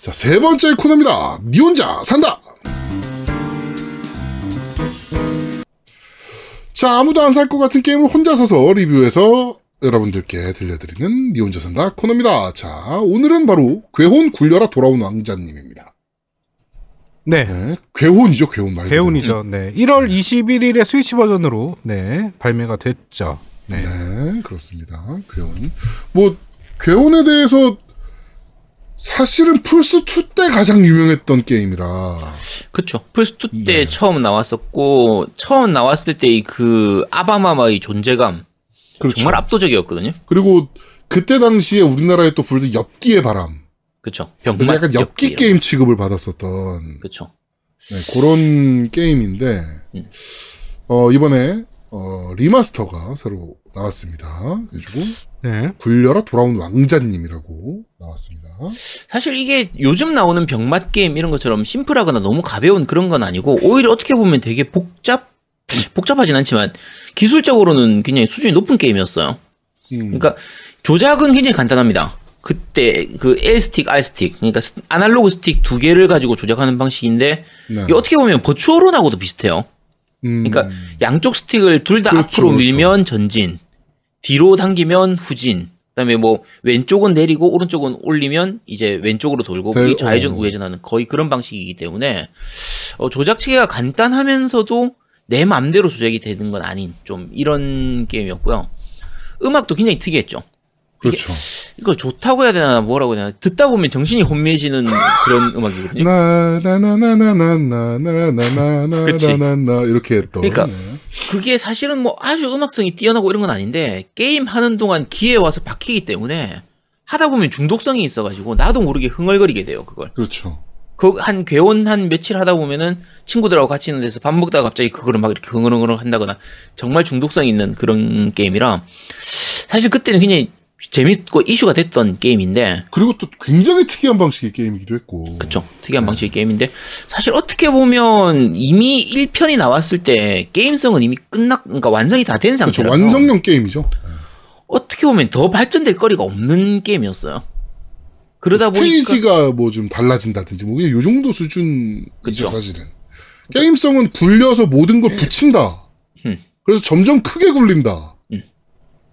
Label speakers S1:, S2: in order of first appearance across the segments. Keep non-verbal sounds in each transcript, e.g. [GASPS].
S1: 자, 세 번째 코너입니다. 니 혼자 산다! 자, 아무도 안 살 것 같은 게임을 혼자 사서 리뷰해서 여러분들께 들려드리는 니 혼자 산다 코너입니다. 자, 오늘은 바로 괴혼 굴려라 돌아온 왕자님입니다.
S2: 네.
S1: 네, 괴혼이죠, 괴혼 말고.
S2: 대운이죠. 네. 1월 21일에 스위치 버전으로 네 발매가 됐죠. 네.
S1: 네, 그렇습니다. 괴혼. 뭐, 괴혼에 대해서 사실은 플스2 때 가장 유명했던 게임이라.
S3: 그쵸. 플스2
S1: 예.
S3: 때 처음 나왔었고, 처음 나왔을 때 그 아바마마의 존재감.
S1: 그렇죠.
S3: 정말 압도적이었거든요.
S1: 그리고 그때 당시에 우리나라에 또 부르던 엽기의 바람.
S3: 그쵸.
S1: 그래서
S3: 병맛.
S1: 약간 엽기 게임 취급을 받았었던
S3: 그쵸.
S1: 네, 그런 게임인데,
S3: 음.
S1: 어, 이번에, 어, 리마스터가 새로 나왔습니다. 그래가지고,
S2: 네.
S1: 굴려라 돌아온 왕자님이라고 나왔습니다.
S3: 사실 이게 요즘 나오는 병맛 게임 이런 것처럼 심플하거나 너무 가벼운 그런 건 아니고, 오히려 어떻게 보면 되게 복잡, 복잡하진 않지만, 기술적으로는 굉장히 수준이 높은 게임이었어요.
S1: 음,
S3: 그러니까 조작은 굉장히 간단합니다. 그때 그 L스틱, R스틱, 그러니까 스- 아날로그 스틱 두 개를 가지고 조작하는 방식인데,
S1: 네.
S3: 이게 어떻게 보면 버추어론하고도 비슷해요.
S1: 음,
S3: 그러니까 양쪽 스틱을 둘 다
S1: 그렇죠,
S3: 앞으로
S1: 그렇죠.
S3: 밀면 전진, 뒤로 당기면 후진. 그다음에 뭐 왼쪽은 내리고 오른쪽은 올리면 이제 왼쪽으로 돌고
S1: 대-
S3: 이 좌회전
S1: 어.
S3: 우회전하는 거의 그런 방식이기 때문에 어, 조작 체계가 간단하면서도 내 맘대로 조작이 되는 건 아닌 좀 이런 게임이었고요. 음악도 굉장히 특이했죠.
S1: 그렇죠.
S3: 이거 좋다고 해야 되나 뭐라고 해야 되나 듣다 보면 정신이 혼미해지는 그런 음악이거든요. [LAUGHS] 그치.
S1: 나나나나나나나나나나나나 이렇게 했던.
S3: 그러니까
S1: 네.
S3: 그게 사실은 뭐 아주 음악성이 뛰어나고 이런 건 아닌데 게임 하는 동안 귀에 와서 박히기 때문에 하다 보면 중독성이 있어가지고 나도 모르게 흥얼거리게 돼요 그걸
S1: 그렇죠.
S3: 그 한 괴원 한 며칠 하다 보면은 친구들하고 같이 있는 데서 밥 먹다가 갑자기 그거를 막 이렇게 흥얼흥얼 한다거나 정말 중독성 있는 그런 게임이라 사실 그때는 굉장히 재밌고 이슈가 됐던 게임인데
S1: 그리고 또 굉장히 특이한 방식의 게임이기도 했고.
S3: 그쵸 특이한 방식의 게임인데 사실 어떻게 보면 이미 1편이 나왔을 때 게임성은 이미 끝났 그러니까 완성이 다 된
S1: 그렇죠.
S3: 상태라서
S1: 완성형 게임이죠.
S3: 어떻게 보면 더 발전될 거리가 없는 게임이었어요. 그러다 보니까
S1: 스테이지가 뭐 좀 달라진다든지 뭐 그냥 요 정도 수준이죠
S3: 그쵸.
S1: 사실은. 게임성은 굴려서 모든 걸 붙인다.
S3: 음.
S1: 그래서 점점 크게 굴린다.
S3: 음.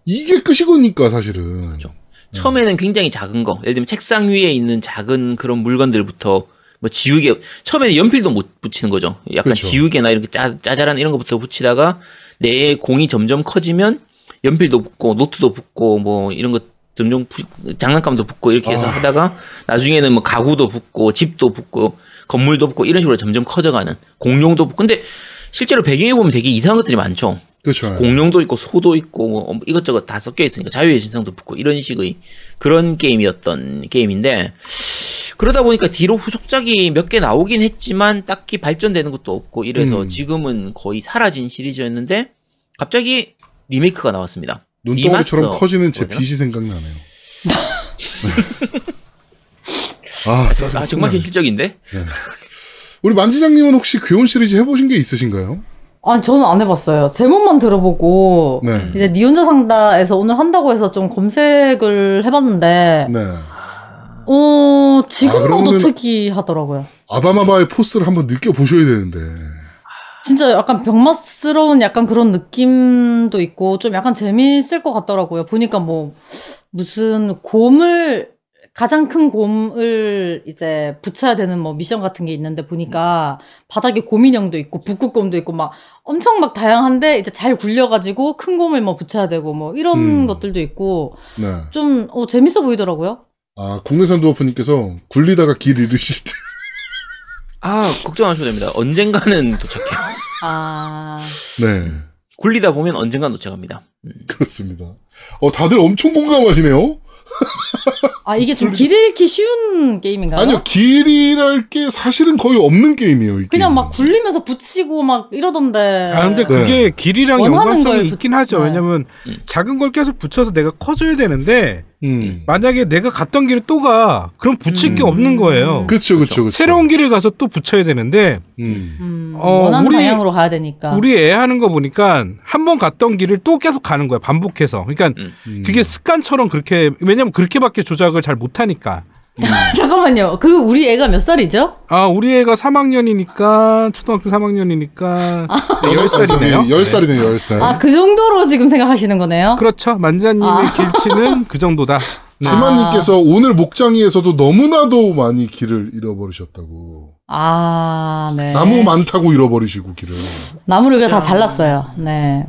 S1: 이게 끝이거니까 사실은.
S3: 그쵸. 처음에는 굉장히 작은 거, 예를 들면 책상 위에 있는 작은 그런 물건들부터 뭐 지우개, 처음에는 연필도 못 붙이는 거죠. 약간
S1: 그쵸.
S3: 지우개나 이렇게 짜, 짜잘한 이런 것부터 붙이다가 내 공이 점점 커지면 연필도 붙고 노트도 붙고 뭐 이런 것 점점 부- 장난감도 붙고 이렇게 해서
S1: 아.
S3: 하다가 나중에는 뭐 가구도 붙고 집도 붙고 건물도 붙고 이런 식으로 점점 커져가는 공룡도 붙고 근데 실제로 배경에 보면 되게 이상한 것들이 많죠.
S1: 그렇죠.
S3: 공룡도 있고 소도 있고 뭐 이것저것 다 섞여 있으니까 자유의 진상도 붙고 이런 식의 그런 게임이었던 게임인데 그러다 보니까 뒤로 후속작이 몇 개 나오긴 했지만 딱히 발전되는 것도 없고 이래서
S1: 음.
S3: 지금은 거의 사라진 시리즈였는데 갑자기 리메이크가 나왔습니다.
S1: 눈덩어리처럼
S3: 리마스터
S1: 커지는 제
S3: 뭐냐?
S1: 빛이
S3: [LAUGHS]
S1: 생각나네요. 아, 짜증
S3: 아 정말 현실적인데
S1: 우리 만지장님은 혹시 그 괴온 시리즈 해보신 게 있으신가요?
S4: 아, 저는 안 해봤어요. 제목만 들어보고,
S1: 네.
S4: 이제 니 혼자 상다에서 오늘 한다고 해서 좀 검색을 해봤는데,
S1: 네.
S4: 어, 지금
S1: 아,
S4: 봐도
S1: 그러면은-
S4: 특이하더라고요.
S1: 아바마바의 포스를 한번 느껴보셔야 되는데.
S4: 진짜 약간 병맛스러운 약간 그런 느낌도 있고, 좀 약간 재미있을 것 같더라고요. 보니까 뭐, 무슨 곰을, 가장 큰 곰을 이제 붙여야 되는 뭐 미션 같은 게 있는데 보니까 바닥에 곰인형도 있고 북극곰도 있고 막 엄청 막 다양한데 이제 잘 굴려가지고 큰 곰을 뭐 붙여야 되고 뭐 이런
S1: 음.
S4: 것들도 있고
S1: 네.
S4: 좀 어, 재밌어 보이더라고요.
S1: 아, 국내산 두어프님께서 굴리다가 길 잃으실 때. [LAUGHS]
S3: 아 걱정 안 하셔도 됩니다. 언젠가는 도착해요.
S4: 아
S1: 네.
S3: 굴리다 보면 언젠간 도착합니다. 음.
S1: 그렇습니다. 어, 다들 엄청 공감하시네요?
S4: 아 이게 좀 길 잃기 쉬운 게임인가요?
S1: 아니요, 길이랄 게 사실은 거의 없는 게임이에요, 이
S4: 그냥
S1: 게임은.
S4: 막 굴리면서 붙이고 막 이러던데.
S2: 아, 근데 그게 길이랑
S4: 네. 원하는
S2: 연관성이
S4: 걸
S2: 있긴
S4: 붙-
S2: 하죠.
S4: 네.
S2: 왜냐면
S3: 음.
S2: 작은 걸 계속 붙여서 내가 커져야 되는데
S1: 음.
S2: 만약에 내가 갔던 길을 또 가, 그럼 붙일 게
S1: 음.
S2: 없는 거예요.
S1: 그쵸, 그렇죠. 그쵸, 그쵸.
S2: 그렇죠. 새로운 길을 가서 또 붙여야 되는데
S1: 음.
S4: 음,
S2: 어,
S4: 원하는
S2: 우리-
S4: 방향으로 가야 되니까.
S2: 우리 애 하는 거 보니까 한 번 갔던 길을 또 계속 가는 거야. 반복해서. 그러니까
S3: 음.
S1: 음.
S2: 그게 습관처럼 그렇게 왜냐면 그렇게밖에 조작을 잘 못하니까
S4: [LAUGHS] 잠깐만요. 그 우리 애가 몇 살이죠?
S2: 아, 우리 애가 3학년이니까 초등학교 3학년이니까 아.
S1: 아,
S2: 그 10살이네요.
S1: 예, 10살이네요, 10살.
S4: 아, 그 정도로 지금 생각하시는 거네요?
S2: 그렇죠. 만자님의
S4: 아.
S2: 길치는 그 정도다. 네.
S1: 지만님께서 오늘 목장이에서도 너무나도 많이 길을 잃어버리셨다고.
S4: 아, 네.
S1: 나무 많다고 잃어버리시고, 길을.
S4: 나무를 그냥 다 잘랐어요. 네.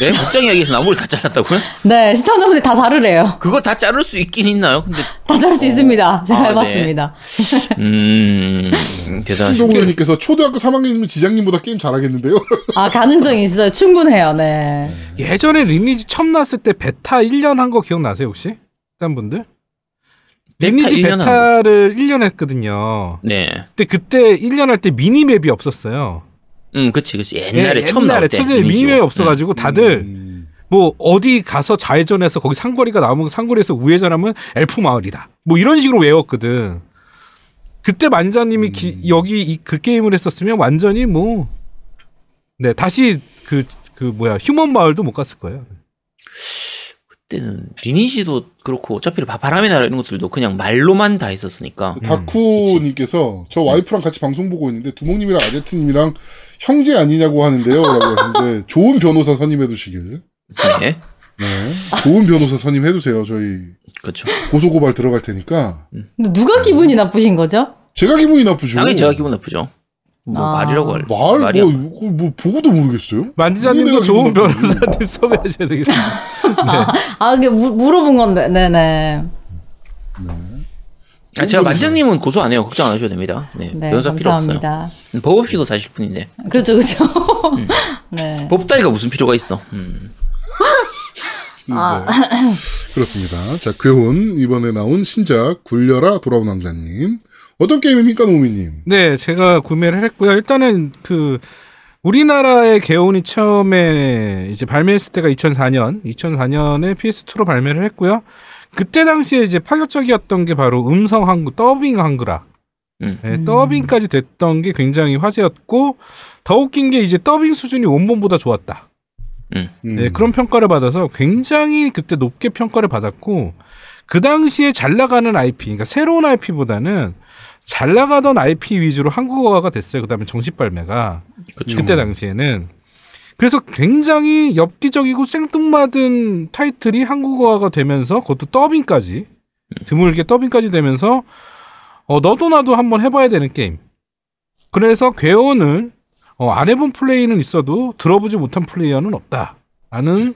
S3: 네? 목장 이야기에서 나무를 다 잘랐다고요?
S4: 네, 시청자분들 다 자르래요. [LAUGHS]
S3: 그거 다 자를 수 있긴 있나요? 근데
S4: 다 자를 수 있습니다. [LAUGHS] 제가
S3: 아, 네.
S4: 해봤습니다.
S3: 음 대단하시네.
S1: 신동우님께서 초등학교 3학년이면 지장님보다 게임 잘하겠는데요?
S4: 아, 가능성이 있어요. 충분해요. 네.
S2: 예전에 리니지 처음 나왔을 때 베타 1년 한 거 기억나세요, 혹시? 딴 분들? 리니지
S3: 1년 한
S2: 베타를 1년 했거든요.
S3: 네.
S2: 근데 그때 1년 할 때 미니맵이 없었어요.
S3: 음 그치 그치 옛날에
S2: 예,
S3: 처음 나올 때.
S2: 처음에
S3: 이미지로.
S2: 미니맵이 없어가지고 다들
S1: 음.
S2: 뭐 어디 가서 좌회전해서 거기 상거리가 나오면 상거리에서 우회전하면 엘프 마을이다. 뭐 이런 식으로 외웠거든. 그때 만자님이 기-
S1: 음.
S2: 여기 이, 그 게임을 했었으면 완전히 뭐 네, 다시 그, 그 뭐야, 휴먼 마을도 못 갔을 거예요.
S3: 네, 그때는 리니지도 그렇고 어차피 바람의 나라 이런 것들도 그냥 말로만 다 했었으니까
S1: 다쿠님께서 저 와이프랑 같이 방송 보고 있는데 두목님이랑 아제트님이랑 형제 아니냐고 하는데요. 라고 하는데 좋은 변호사 선임해두시길.
S3: 네
S1: 네. 좋은 변호사 선임해두세요. 저희
S3: 그렇죠
S1: 고소고발 들어갈 테니까.
S4: 근데 누가 기분이 나쁘신 거죠?
S1: 제가 기분이 나쁘죠.
S3: 당연히 제가 기분 나쁘죠 뭐
S4: 아.
S3: 말이라고 할
S1: 말,
S3: 말이야.
S1: 뭐, 이거 뭐, 보고도 모르겠어요?
S2: 만지자님도
S1: 이거
S2: 좋은
S1: 내가 기분
S2: 변호사님 [LAUGHS] 섭외하셔야 되겠습니다.
S4: 아, 이게 물- 물어본 건데. 네네.
S3: 아, 제가 만장님은 고소 안 해요 걱정 안 하셔도 됩니다 네,
S4: 네,
S3: 변사 필요 없어요
S4: 감사합니다.
S3: 법 없이도 사실 분인데
S4: 그렇죠, 그렇죠. [LAUGHS] 네.
S3: 법 따위가 무슨 필요가 있어 음.
S2: 아.
S1: 네. [LAUGHS] 그렇습니다. 자, 괴혼 이번에 나온 신작 굴려라 돌아온 남자님. 어떤 게임입니까, 노미님?
S2: 네, 제가 구매를 했고요. 일단은 그 우리나라의 개온이 처음에 이제 발매했을 때가 2004년, 2004년에 PS2로 발매를 했고요. 그때 당시에 이제 파격적이었던 게 바로 음성 한글, 더빙 한글화.
S3: 음.
S2: 예, 더빙까지 됐던 게 굉장히 화제였고 더 웃긴 게 이제 더빙 수준이 원본보다 좋았다.
S1: 음.
S2: 네, 그런 평가를 받아서 굉장히 그때 높게 평가를 받았고 그 당시에 잘 나가는 IP, 그러니까 새로운 IP보다는 잘 나가던 IP 위주로 한국어가 됐어요. 그다음에 정식 발매가
S3: 그쵸.
S2: 그때 당시에는 그래서 굉장히 엽기적이고 생뚱맞은 타이틀이 한국어가 되면서 그것도 더빙까지
S3: 음.
S2: 드물게 더빙까지 되면서 어, 너도 나도 한번 해봐야 되는 게임. 그래서 괴원은 어, 안 해본 플레이는 있어도 들어보지 못한 플레이어는
S3: 음.
S2: 없다라는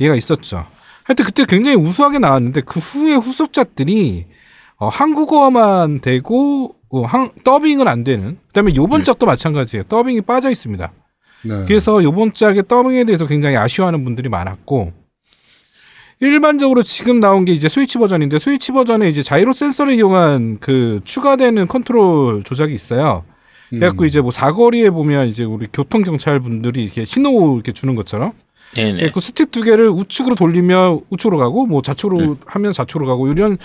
S2: 얘가 있었죠. 하여튼 그때 굉장히 우수하게 나왔는데 그 후에 후속작들이 어, 한국어만 되고 어, 한, 더빙은 안 되는. 그다음에 요번 작도 마찬가지예요. 더빙이 빠져 있습니다.
S1: 네.
S2: 그래서 요번 작의 더빙에 대해서 굉장히 아쉬워하는 분들이 많았고 일반적으로 지금 나온 게 이제 스위치 버전인데 스위치 버전에 이제 자이로 센서를 이용한 그 추가되는 컨트롤 조작이 있어요.
S1: 음.
S2: 그래갖고 이제 뭐 사거리에 보면 이제 우리 교통 경찰 분들이 이렇게 신호 이렇게 주는 것처럼
S3: 네네
S2: 예, 그래갖고 스틱 두 개를 우측으로 돌리면 우측으로 가고 뭐 좌측으로
S3: 음.
S2: 하면 좌측으로 가고 이런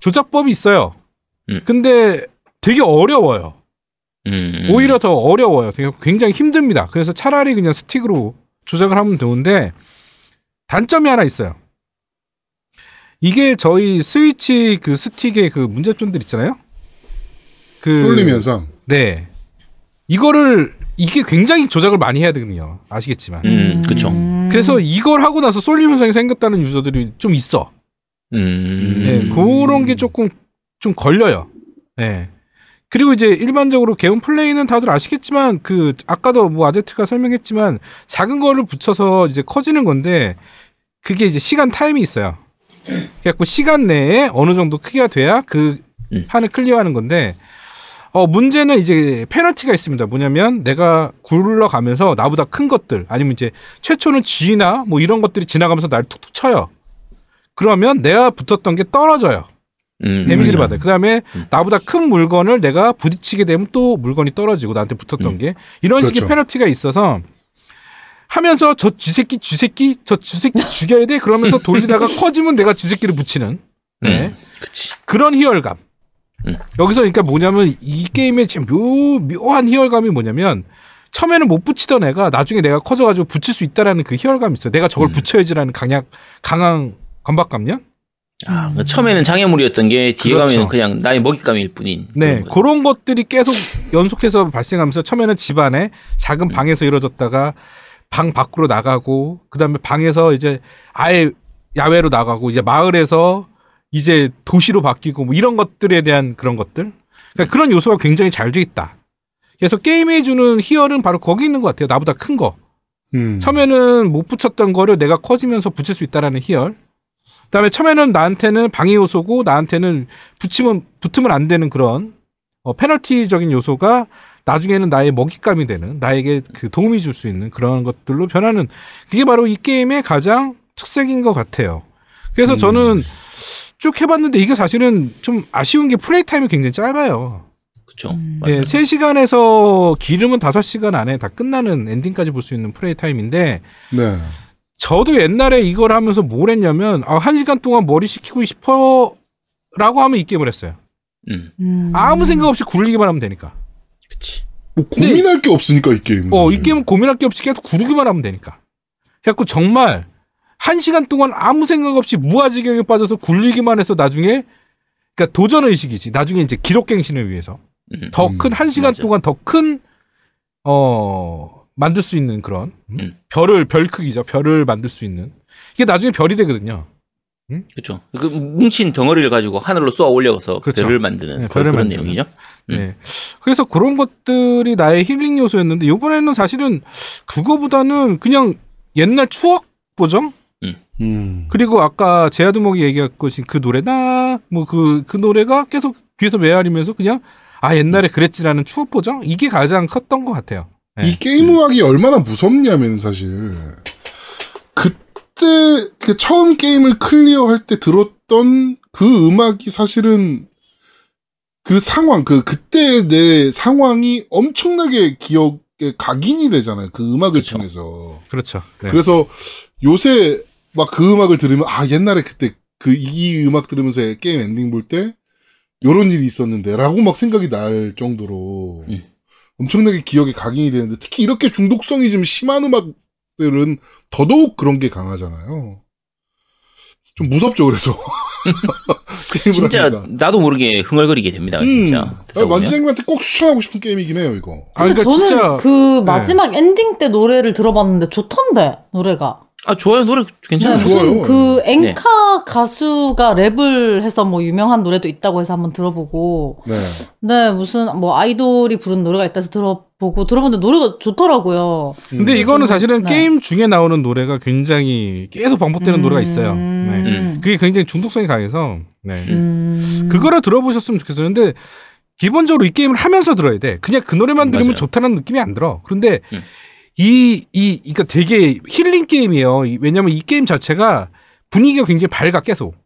S2: 조작법이 있어요.
S3: 음.
S2: 근데 되게 어려워요.
S3: 음.
S2: 오히려 더 어려워요. 되게 굉장히 힘듭니다. 그래서 차라리 그냥 스틱으로 조작을 하면 좋은데 단점이 하나 있어요. 이게 저희 스위치 그 스틱의 그 문제점들 있잖아요. 그
S1: 솔림 현상.
S2: 네 이거를 이게 굉장히 조작을 많이 해야 되거든요. 아시겠지만
S3: 음 그쵸
S4: 음.
S2: 그래서 이걸 하고 나서 쏠림 현상이 생겼다는 유저들이 좀 있어.
S3: 음.
S2: 예, 그런 게 조금 좀 걸려요. 예. 그리고 이제 일반적으로 개운 플레이는 다들 아시겠지만 그 아까도 뭐 아제트가 설명했지만 작은 거를 붙여서 이제 커지는 건데 그게 이제 시간 타임이 있어요. 그래갖고 시간 내에 어느 정도 크기가 돼야 그
S3: 음.
S2: 판을 클리어하는 건데 어 문제는 이제 페널티가 있습니다. 뭐냐면 내가 굴러가면서 나보다 큰 것들 아니면 이제 최초는 쥐나 뭐 이런 것들이 지나가면서 날 툭툭 쳐요. 그러면 내가 붙었던 게 떨어져요.
S3: 음.
S2: 데미지를 받아요. 그 다음에 나보다 큰 물건을 내가 부딪히게 되면 또 물건이 떨어지고 나한테 붙었던
S3: 음.
S2: 게 이런 식의
S1: 그렇죠.
S2: 페널티가 있어서 하면서 저 쥐새끼 쥐새끼 저 쥐새끼 죽여야 돼
S3: [LAUGHS]
S2: 그러면서 돌리다가 커지면 내가 쥐새끼를 붙이는 네.
S3: 음. 그치
S2: 그런 희열감.
S3: 음.
S2: 여기서 그러니까 뭐냐면 이 게임의 지금 묘 묘한 희열감이 뭐냐면 처음에는 못 붙이던 애가 나중에 내가 커져가지고 붙일 수 있다라는 그 희열감이 있어요. 내가 저걸
S3: 음.
S2: 붙여야지라는 강약 강한 건박감년.
S3: 아, 그러니까 처음에는 장애물이었던 게 뒤에
S2: 그렇죠.
S3: 가면 그냥 나의 먹잇감일 뿐인.
S2: 네,
S3: 그런 거죠.
S2: 그런 것들이 계속 연속해서 발생하면서 처음에는 집안에 작은
S3: 네.
S2: 방에서 이루어졌다가 방 밖으로 나가고 그다음에 방에서 이제 아예 야외로 나가고 이제 마을에서 이제 도시로 바뀌고 뭐 이런 것들에 대한 그런 것들 그러니까 그런 요소가 굉장히 잘 돼 있다. 그래서 게임에 주는 희열은 바로 거기 있는 것 같아요. 나보다 큰 거.
S1: 음.
S2: 처음에는 못 붙였던 거를 내가 커지면서 붙일 수 있다라는 희열. 그다음에 처음에는 나한테는 방해 요소고 나한테는 붙이면 붙으면 안 되는 그런 어, 페널티적인 요소가 나중에는 나의 먹잇감이 되는 나에게 그 도움이 줄 수 있는 그런 것들로 변하는 그게 바로 이 게임의 가장 특색인 것 같아요.
S3: 음.
S2: 그래서 저는 쭉 해봤는데 이게 사실은 좀 아쉬운 게 플레이 타임이 굉장히 짧아요.
S3: 그쵸.
S4: 음.
S2: 네,
S3: 맞아요.
S2: 3시간에서 기름은 5시간 안에 다 끝나는 엔딩까지 볼 수 있는 플레이 타임인데
S1: 네.
S2: 저도 옛날에 이걸 하면서 뭘 했냐면 아, 1시간 동안 머리 식히고 싶어 라고 하면 이 게임을 했어요.
S3: 음,
S4: 음.
S2: 아무 생각 없이 굴리기만 하면 되니까.
S3: 그치.
S1: 뭐 고민할 게 없으니까 이 게임은.
S2: 어, 이
S1: 사실.
S2: 게임은 고민할 게 없이 계속 구르기만 하면 되니까. 그래갖고 정말 1시간 동안 아무 생각 없이 무아지경에 빠져서 굴리기만 해서 나중에 그러니까 도전 의식이지. 나중에 이제 기록갱신을 위해서.
S3: 음.
S2: 더
S1: 음,
S2: 큰 한 시간
S3: 맞아.
S2: 동안 더 큰 어 만들 수 있는 그런 음?
S3: 음.
S2: 별을 별 크기죠 별을 만들 수 있는 이게 나중에 별이 되거든요
S3: 그쵸. 그 뭉친 덩어리를 가지고 하늘로 쏘아 올려서
S2: 그렇죠.
S3: 별을 만드는
S2: 네,
S3: 그- 그런
S2: 별을 만드는.
S3: 내용이죠. 음.
S2: 네 그래서 그런 것들이 나의 힐링 요소였는데 이번에는 사실은 그거보다는 그냥 옛날 추억 보정
S1: 음.
S2: 그리고 아까 제아두목이 얘기했던 그 노래나 뭐 그 그 노래가 계속 귀에서 메아리면서 그냥 아 옛날에 그랬지라는 추억 보정 이게 가장 컸던 것 같아요 네.
S1: 이 게임 음악이 얼마나 무섭냐면 사실 그때 그 처음 게임을 클리어할 때 들었던 그 음악이 사실은 그 상황 그 그때 내 상황이 엄청나게 기억에 각인이 되잖아요 그 음악을
S3: 그쵸.
S1: 통해서
S2: 그렇죠 네.
S1: 그래서 요새 막 그 음악을 들으면 아 옛날에 그때 그 이 음악 들으면서 게임 엔딩 볼 때 요런 일이 있었는데라고 막 생각이 날 정도로
S2: 예.
S3: 음.
S1: 엄청나게 기억에 각인이 되는데 특히 이렇게 중독성이 좀 심한 음악들은 더더욱 그런 게 강하잖아요. 좀 무섭죠 그래서 [LAUGHS] 게임을
S3: 진짜
S1: 하니까.
S3: 나도 모르게 흥얼거리게 됩니다. 진짜.
S1: 음, 아니, 만지장님한테 꼭 추천하고 싶은 게임이긴 해요 이거.
S2: 아,
S4: 근데
S2: 그러니까
S4: 저는
S2: 진짜-
S4: 그 마지막 엔딩 때 노래를 들어봤는데 좋던데 노래가.
S3: 아 좋아요 노래
S4: 네,
S3: 괜찮아요.
S1: 좋아요.
S4: 무슨 그
S2: 네.
S4: 엔카 가수가 랩을 해서 뭐 유명한 노래도 있다고 해서 한번 들어보고
S1: 네.
S4: 네 무슨 뭐 아이돌이 부른 노래가 있다서 들어보고 들어봤는데 노래가 좋더라고요.
S1: 음.
S2: 근데 이거는 사실은
S4: 네.
S2: 게임 중에 나오는 노래가 굉장히 계속 반복되는
S4: 음.
S2: 노래가 있어요. 네.
S3: 음.
S2: 그게 굉장히 중독성이 강해서 네.
S4: 음.
S2: 그거를 들어보셨으면 좋겠었는데 기본적으로 이 게임을 하면서 들어야 돼. 그냥 그 노래만
S3: 음,
S2: 들으면
S3: 맞아요.
S2: 좋다는 느낌이 안 들어. 그런데
S3: 음.
S2: 이, 이, 그러니까 되게 힐링 게임이에요. 이- 왜냐면 이 게임 자체가 분위기가 굉장히 밝아 계속.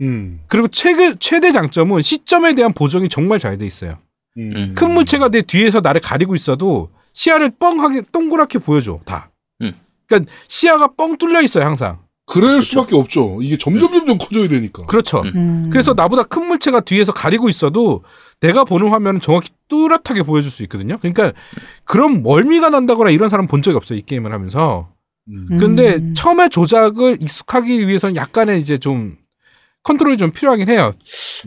S1: 음,
S2: 그리고 최근 최대 장점은 시점에 대한 보정이 정말 잘 돼 있어요.
S1: 음.
S3: 음.
S2: 큰 물체가 내 뒤에서 나를 가리고 있어도 시야를 뻥하게 동그랗게 보여줘 다.
S3: 음.
S2: 그러니까 시야가 뻥 뚫려 있어요 항상.
S3: 그렇죠.
S1: 그럴 수밖에 없죠. 이게 점점 점점 커져야 되니까.
S2: 그렇죠.
S3: 음.
S4: 음.
S2: 그래서 나보다 큰 물체가 뒤에서 가리고 있어도 내가 보는 화면은 정확히 뚜렷하게 보여줄 수 있거든요. 그러니까 그런 멀미가 난다거나 이런 사람 본 적이 없어요 이 게임을 하면서.
S1: 음.
S2: 근데
S4: 음.
S2: 처음에 조작을 익숙하기 위해서는 약간의 이제 좀 컨트롤이 좀 필요하긴 해요.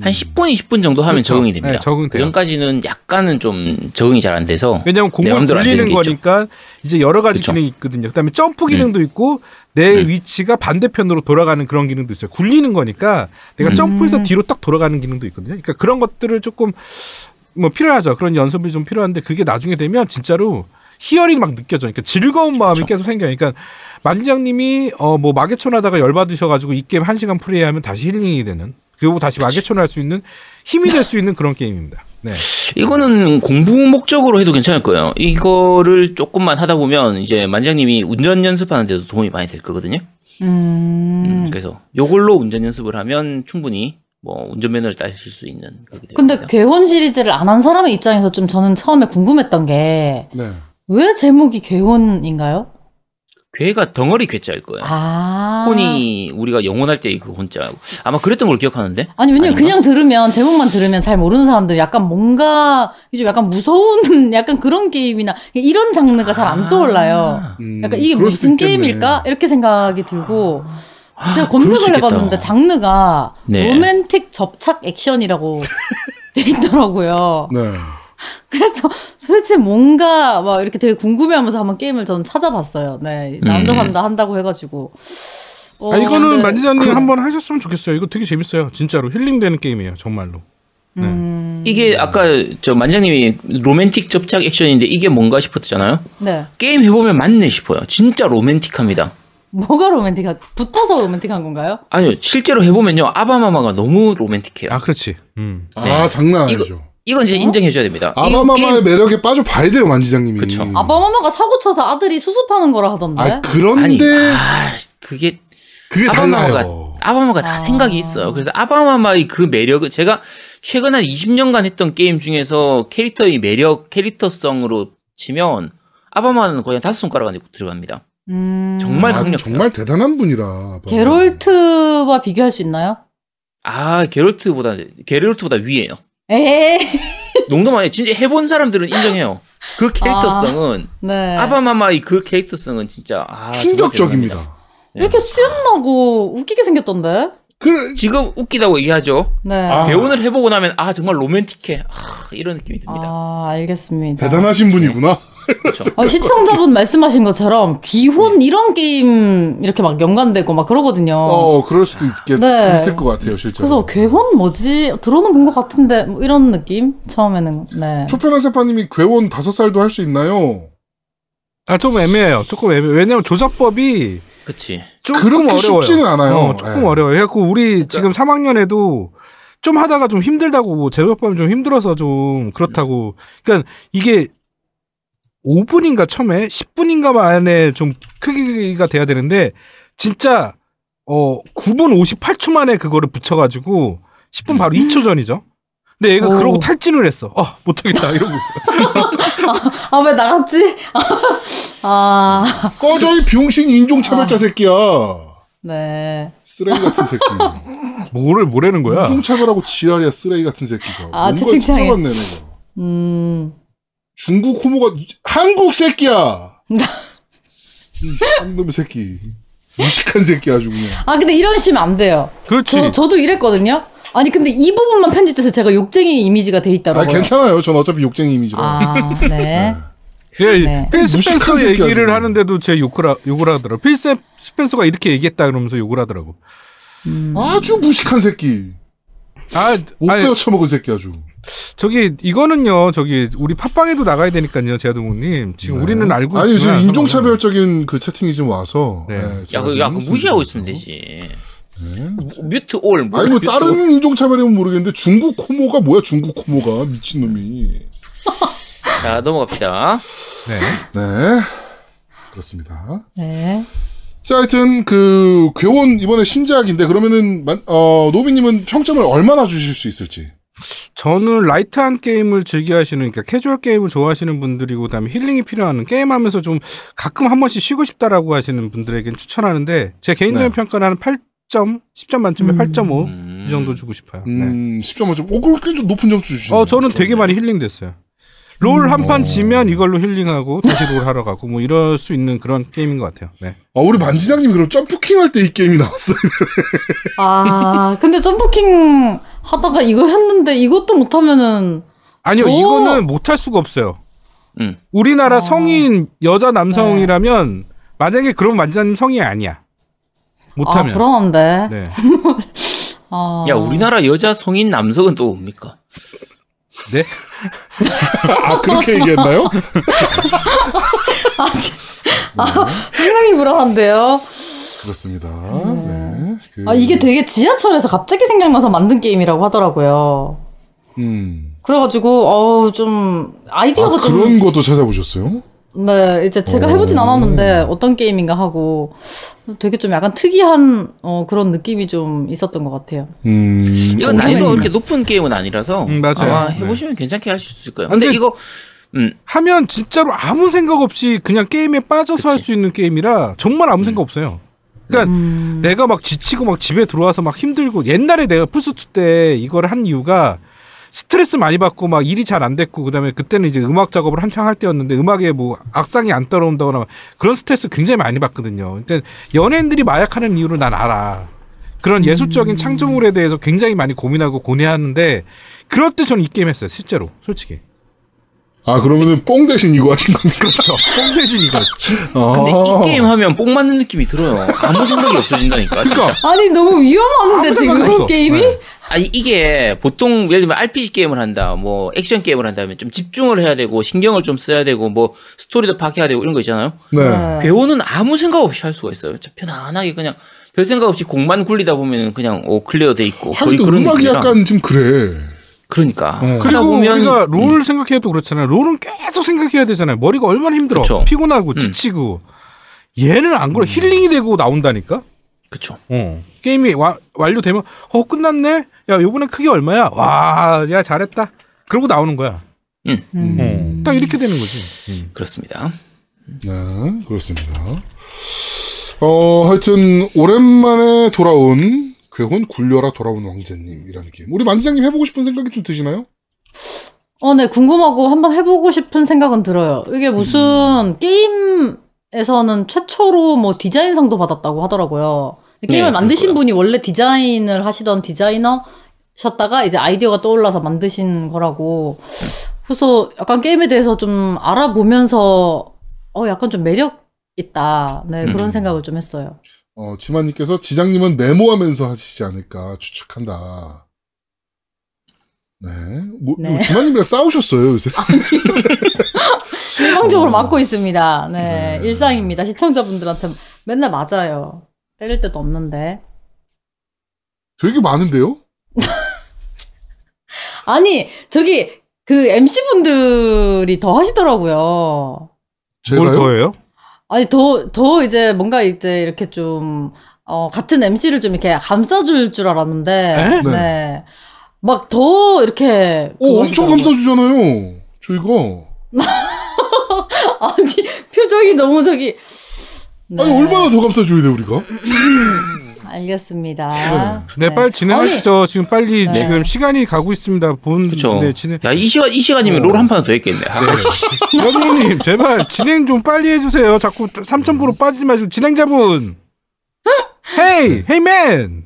S3: 한 10분 20분 정도 하면
S2: 그렇죠.
S3: 적응이 됩니다.
S2: 네, 적응돼요. 네.
S3: 그 전까지는 약간은 좀 적응이 잘 안 돼서
S2: 왜냐하면 공을
S3: 마음대로 안
S2: 굴리는
S3: 되는 게 있죠.
S2: 거니까 이제 여러 가지
S3: 그쵸. 네.
S2: 기능이 있거든요. 그다음에 점프 기능도 있고 내
S3: 음.
S2: 위치가 반대편으로 돌아가는 그런 기능도 있어요. 굴리는 거니까 내가
S4: 음.
S2: 점프해서 뒤로 딱 돌아가는 기능도 있거든요. 그러니까 그런 것들을 조금 뭐 필요하죠. 그런 연습이 좀 필요한데 그게 나중에 되면 진짜로 희열이 막 느껴져. 그러니까 즐거운 마음이
S3: 그쵸.
S2: 계속 생겨요. 그러니까 만지장님이 어 뭐 마개촌 하다가 열받으셔가지고 이 게임 한 시간 플레이하면 다시 힐링이 되는 그리고 다시 마개촌 할 수 있는 힘이 될 수 있는 그런 게임입니다. 네.
S3: 이거는 공부 목적으로 해도 괜찮을 거예요. 이거를 조금만 하다 보면 이제 만장님이 운전 연습하는데도 도움이 많이 될 거거든요. 음,
S4: 음.
S3: 그래서 요걸로 운전 연습을 하면 충분히 뭐 운전면허를 따실 수 있는. 그렇게 됩니다.
S4: 근데 괴혼 시리즈를 안 한 사람의 입장에서 좀 저는 처음에 궁금했던 게 왜
S1: 네.
S4: 제목이 괴혼인가요?
S3: 괴가 덩어리 괴짜일 거예요.
S4: 아.
S3: 네. 혼이 우리가 영혼할 때 그 혼자 아마 그랬던 걸 기억하는데.
S4: 아니 왜냐면
S3: 아닌가?
S4: 그냥 들으면 제목만 들으면 잘 모르는 사람들 약간 뭔가 이게 좀 약간 무서운 [LAUGHS] 약간 그런 게임이나 이런
S3: 아.
S4: 장르가 잘 안 떠올라요.
S1: 음,
S4: 약간 이게
S1: 그럴 수도
S4: 무슨
S1: 있겠네.
S4: 게임일까 이렇게 생각이 들고 제가
S3: 아, 수
S4: 검색을
S3: 있겠다.
S4: 해봤는데 장르가
S3: 네.
S4: 로맨틱 접착
S3: [LAUGHS]
S4: 액션이라고 돼 있더라고요.
S1: 네.
S4: 그래서 도대체 뭔가 막 이렇게 되게 궁금해하면서 한번 게임을 저는 찾아봤어요. 네 남자
S3: 음.
S4: 간다 한다고 해가지고. 어,
S2: 아, 이거는
S4: 근데-
S2: 만지자님 한번 하셨으면 좋겠어요. 이거 되게 재밌어요. 진짜로 힐링되는 게임이에요. 정말로. 네.
S4: 음,
S3: 이게 아까 저 만장님이 로맨틱 접착 액션인데 이게 뭔가 싶었잖아요.
S4: 네
S3: 게임 해보면 맞네 싶어요. 진짜 로맨틱합니다.
S4: 뭐가 로맨틱한 붙어서 로맨틱한 건가요?
S3: 아니요, 실제로 해보면요. 아바마마가 너무 로맨틱해요.
S2: 아, 그렇지. 음.
S1: 아, 장난 아니죠.
S3: 이건
S4: 어?
S3: 진짜 인정해줘야 됩니다. 이거
S1: 아바마마의
S3: 게임-
S1: 매력에 빠져 봐야 돼요, 만지장님이.
S3: 그쵸.
S4: 아빠마마가 사고 쳐서 아들이 수습하는 거라 하던데.
S1: 음. 아,
S3: 아니,
S1: 그런데
S3: 아, 그게
S1: 그게
S3: 아바마가
S1: 달라요.
S3: 아바마가 다 생각이 있어요. 그래서 아바마마의 그 매력을 제가 최근 한 20년간 했던 게임 중에서 캐릭터의 매력, 캐릭터성으로 치면 아바마는 거의 한 다섯 손가락 안에 들어갑니다.
S4: 음,
S3: 정말
S1: 아,
S3: 강력해요.
S1: 정말 대단한 분이라. 아바마.
S4: 게롤트와 비교할 수 있나요?
S3: 아, 게롤트보다 게롤트보다 위에요.
S4: 에.
S3: 농담 아니에요. 진짜 해본 사람들은 인정해요. 그 캐릭터성은
S4: 네.
S3: 아, 바마마의그 캐릭터성은 진짜 아, 정말 대단합니다.
S1: 충격적입니다.
S4: 왜 이렇게 수염 나고 웃기게 생겼던데?
S1: 그
S3: 네. 지금 웃기다고 얘기하죠.
S4: 네.
S1: 아.
S3: 배운을 해보고 나면 아 정말 로맨틱해. 아, 이런 느낌이 듭니다.
S4: 아, 알겠습니다.
S3: 아, 네.
S1: 대단하신 분이구나.
S3: 그렇죠.
S4: 어, 시청자분 말씀하신 것처럼 귀혼 이런 게임 이렇게 막 연관되고 막 그러거든요.
S1: 네. 어, 그럴 수도 있겠
S4: 네.
S1: 있을 것 같아요, 실제로.
S4: 그래서 괴혼 뭐지? 들어는 본 것 같은데 뭐 이런 느낌? 처음에는 네.
S1: 초편한 세파님이 괴원 다섯 살도 할 수 있나요?
S2: 아, 조금 애매해요. 조금 애매. 왜냐면 조작법이
S3: 그치.
S2: 조금
S1: 그렇게
S2: 어려워요.
S1: 쉽지는 않아요.
S2: 어, 조금
S1: 예.
S2: 어려워요. 그래갖고
S4: 그러니까
S2: 우리 지금 3학년에도 좀 하다가 좀 힘들다고 제조법이 좀 힘들어서 좀 그렇다고. 그러니까 이게 5분인가 처음에 10분인가 만에 좀 크기가 돼야 되는데 진짜 어 9분 58초 만에 그거를 붙여가지고 10분 바로 2초 전이죠. 근데 얘가
S4: 음. 오.
S2: 그러고 탈진을 했어. 아 못하겠다 이러고.
S4: 아, 왜 나갔지? [LAUGHS] 아,
S1: 꺼져 이 병신 인종차별자 새끼야.
S4: 네.
S1: 쓰레기 같은 새끼.
S2: 뭐를 [LAUGHS] 뭐라는 거야?
S4: 음.
S1: 인종차별하고 지랄이야 쓰레기 같은 새끼가.
S4: 아,
S1: 뭔가
S4: 채팅창에.
S1: 숙제받네, 내가.
S4: 음.
S1: 중국 호모가 한국 새끼야. 이 한놈의 새끼. 무식한 새끼 아주 그냥.
S4: 아, 근데 이런 식이면 안 돼요.
S2: 그렇지.
S4: 저, 저도 이랬거든요. 아니, 근데 이 부분만 편집돼서 제가 욕쟁이 이미지가 돼
S1: 아,
S4: 있더라고요.
S1: 괜찮아요. 전 어차피 욕쟁이 이미지라.
S4: 아,
S1: [LAUGHS]
S4: 네.
S2: 예,
S4: 네.
S2: 필
S1: 무식한
S2: 스펜서
S1: 새끼야,
S2: 얘기를
S1: 저거.
S2: 하는데도 제 욕을 하, 욕을 하더라고. 필 스- 스펜서가 이렇게 얘기했다 그러면서 욕을 하더라고.
S1: 아주 무식한 새끼.
S2: 아, 아니,
S1: 목뼈 쳐먹은 새끼 아주.
S2: 저기 이거는요. 저기 우리 팟빵에도 나가야 되니까요, 제아동님. 지금 우리는 알고
S1: 네. 어? 아니
S2: 있지만
S1: 지금 인종차별적인 그 채팅이 지금 와서.
S2: 네.
S1: 예,
S3: 야,
S1: 제가
S3: 그,
S1: 지금
S3: 야, 그 무시하고 있으면
S1: 말씀드리고.
S3: 되지. 그렇죠. 뭐, 뮤트 올.
S1: 아니 뭐
S3: 뮤트 올.
S1: 다른 인종차별이면 모르겠는데 중국 코모가 뭐야 중국 코모가 미친놈이
S3: [LAUGHS] 자, 넘어갑시다.
S2: 네.
S1: 네 그렇습니다
S4: 네.
S1: 자 하여튼 그 괴원 이번에 신작인데 그러면은 만- 어 노비님은 평점을 얼마나 주실 수 있을지
S2: 저는 라이트한 게임을 즐겨 하시는 그러니까 캐주얼 게임을 좋아하시는 분들이고 그다음에 힐링이 필요한 게임 하면서 좀 가끔 한 번씩 쉬고 싶다라고 하시는 분들에겐 추천하는데 제 개인적인
S1: 네.
S2: 평가는 한 8점, 10점 만점에
S4: 음.
S2: 8.5
S3: 음.
S2: 이 정도 주고 싶어요. 네.
S1: 음 10점 만점 오 그럼 꽤좀 높은 점수 주시네
S2: 어, 저는 되게 많이 힐링됐어요. 롤 한 판
S1: 어.
S2: 지면 이걸로 힐링하고 다시 롤 하러 가고 뭐 이럴 수 있는 그런 게임인 것 같아요. 네.
S1: 아 우리 만지장님 그럼 점프킹 할 때 이 게임이
S2: [LAUGHS]
S1: 나왔어요
S4: 아, 근데 점프킹 하다가 이거 했는데 이것도 못하면은
S2: 아니요,
S4: 오!
S2: 이거는 못 할 수가 없어요.
S3: 음.
S2: 우리나라
S4: 어.
S2: 성인 여자 남성이라면 만약에 그런 만지자님 성이 아니야.
S4: 아,
S2: 못하면.
S4: 불안한데.
S2: 네.
S4: 아,
S3: 야, 우리나라 여자 성인 남성은 또 뭡니까?
S2: 네.
S1: 아 그렇게 얘기했나요?
S4: 상당히 불안한데요.
S1: 그렇습니다 네. 그-
S4: 아, 이게 되게 지하철에서 갑자기 생각나서 만든 게임이라고 하더라고요.
S1: 음.
S4: 그래가지고 어우 좀
S1: 아,
S4: 아이디어가 그렇죠. 좀
S1: 그런 것도 찾아보셨어요?
S4: 네, 이제 제가 해보진 않았는데 어떤 게임인가 하고 되게 좀 약간 특이한 어, 그런 느낌이 좀 있었던 것 같아요.
S1: 음.
S3: 이건
S4: 엄청나게
S3: 난이도가
S4: 지금.
S3: 그렇게 높은 게임은 아니라서
S2: 음, 맞아요.
S3: 아마
S2: 네.
S3: 해보시면 괜찮게 하실 수 있을 거예요.
S2: 아, 근데
S3: 근데 이거 음,
S2: 하면 진짜로 아무 생각 없이 그냥 게임에 빠져서 할 수 있는 게임이라 정말 아무 생각 없어요. 그러니까 내가 막 지치고 막 집에 들어와서 막 힘들고 옛날에 내가 플스2 때 이걸 한 이유가 스트레스 많이 받고 막 일이 잘 안 됐고 그다음에 그때는 이제 음악 작업을 한창 할 때였는데 음악에 뭐 악상이 안 따라온다거나 막 그런 스트레스 굉장히 많이 받거든요. 근데 연예인들이 마약하는 이유를 난 알아. 그런 예술적인 창조물에 대해서 굉장히 많이 고민하고 고뇌하는데 그럴 때 저는 이 게임 했어요. 실제로 솔직히.
S1: 아 그러면은 뽕 대신 이거 하신 겁니까?
S2: [LAUGHS] 그렇죠. 뽕 대신 이거.
S1: 아.
S3: 근데 이 게임 하면 뽕 맞는 느낌이 들어요. 아무 생각이 없어진다니까. 진짜.
S2: 그러니까
S4: 아니 너무 위험한데
S2: 아무
S4: 지금
S2: 생각이 없어.
S4: 그 게임이?
S2: 네.
S3: 아니 이게 보통 예를 들면 RPG 게임을 한다, 뭐 액션 게임을 한다면 좀 집중을 해야 되고 신경을 좀 써야 되고 뭐 스토리도 파악해야 되고 이런 거 있잖아요.
S1: 네.
S3: 배우는 아무 생각 없이 할 수가 있어요. 진짜 편안하게 그냥 별 생각 없이 공만 굴리다 보면 그냥 오 클리어 돼 있고 거의
S1: 하긴
S3: 그런
S1: 음악이
S3: 느낌이라.
S1: 약간 어. 지금 그래.
S3: 그러니까 하다
S2: 그리고
S3: 보면
S2: 우리가 롤을 생각해도 그렇잖아요. 롤은 계속 생각해야 되잖아요. 머리가 얼마나 힘들어.
S3: 그쵸.
S2: 피곤하고 지치고. 얘는 안 그래. 힐링이 되고 나온다니까.
S3: 그쵸.
S2: 어. 게임이 와- 완료되면 어 끝났네. 야 요번에 크게 얼마야? 와, 야 잘했다. 그러고 나오는 거야. 어. 딱 이렇게 되는 거지.
S3: 그렇습니다.
S1: 네, 그렇습니다. 어, 하여튼, 오랜만에 돌아온, 괴혼 굴려라 돌아온 왕자님, 이라는 느낌. 우리 만지장님 해보고 싶은 생각이 좀 드시나요?
S4: 어, 네, 궁금하고 한번 해보고 싶은 생각은 들어요. 이게
S3: 음.
S4: 무슨 게임에서는 최초로 뭐 디자인상도 받았다고 하더라고요. 게임을
S3: 네,
S4: 만드신
S3: 그렇고요.
S4: 분이 원래 디자인을 하시던 디자이너셨다가 이제 아이디어가 떠올라서 만드신 거라고. 그래서 약간 게임에 대해서 좀 알아보면서 어, 약간 좀 매력 있다. 네, 그런
S3: 음.
S4: 생각을 좀 했어요.
S1: 어, 지만님께서 지장님은 메모하면서 하시지 않을까 추측한다. 네. 뭐,
S4: 네.
S1: 지만님이랑 싸우셨어요,
S4: [LAUGHS]
S1: 요새?
S4: 일방적으로
S1: 어.
S4: 맞고 있습니다. 네,
S1: 네.
S4: 일상입니다. 시청자분들한테 맨날 맞아요. 때릴 때도 없는데.
S1: 되게 많은데요?
S4: 아니 저기 그 MC 분들이 더 하시더라고요.
S2: 뭘
S1: 제가요?
S2: 거예요?
S4: 아니 더 더 이제 뭔가 이제 이렇게 좀 어, 같은 MC를 좀 이렇게 감싸줄 줄 알았는데
S1: 네?
S4: 네. 막 더 이렇게
S1: 오,
S4: 그거
S1: 엄청
S4: 하시더라고요.
S1: 감싸주잖아요. 저희가.
S4: [LAUGHS] 아니 표정이 너무 저기 네,
S1: 아니, 얼마나 더 감싸줘야 돼, 우리가?
S4: 알겠습니다.
S2: 네, 빨리 진행하시죠. 지금 빨리
S4: 네.
S2: 지금 시간이 가고 있습니다. 본
S3: 그쵸.
S2: 네, 진행.
S3: 야 이 시간 이 시간이면
S2: 어.
S3: 롤 한 판 더 했겠네. 아,
S2: 여러분님 제발 진행 좀 빨리 해주세요. 자꾸 3,000% 빠지지 마시고 진행자분. 헤이, 헤이맨.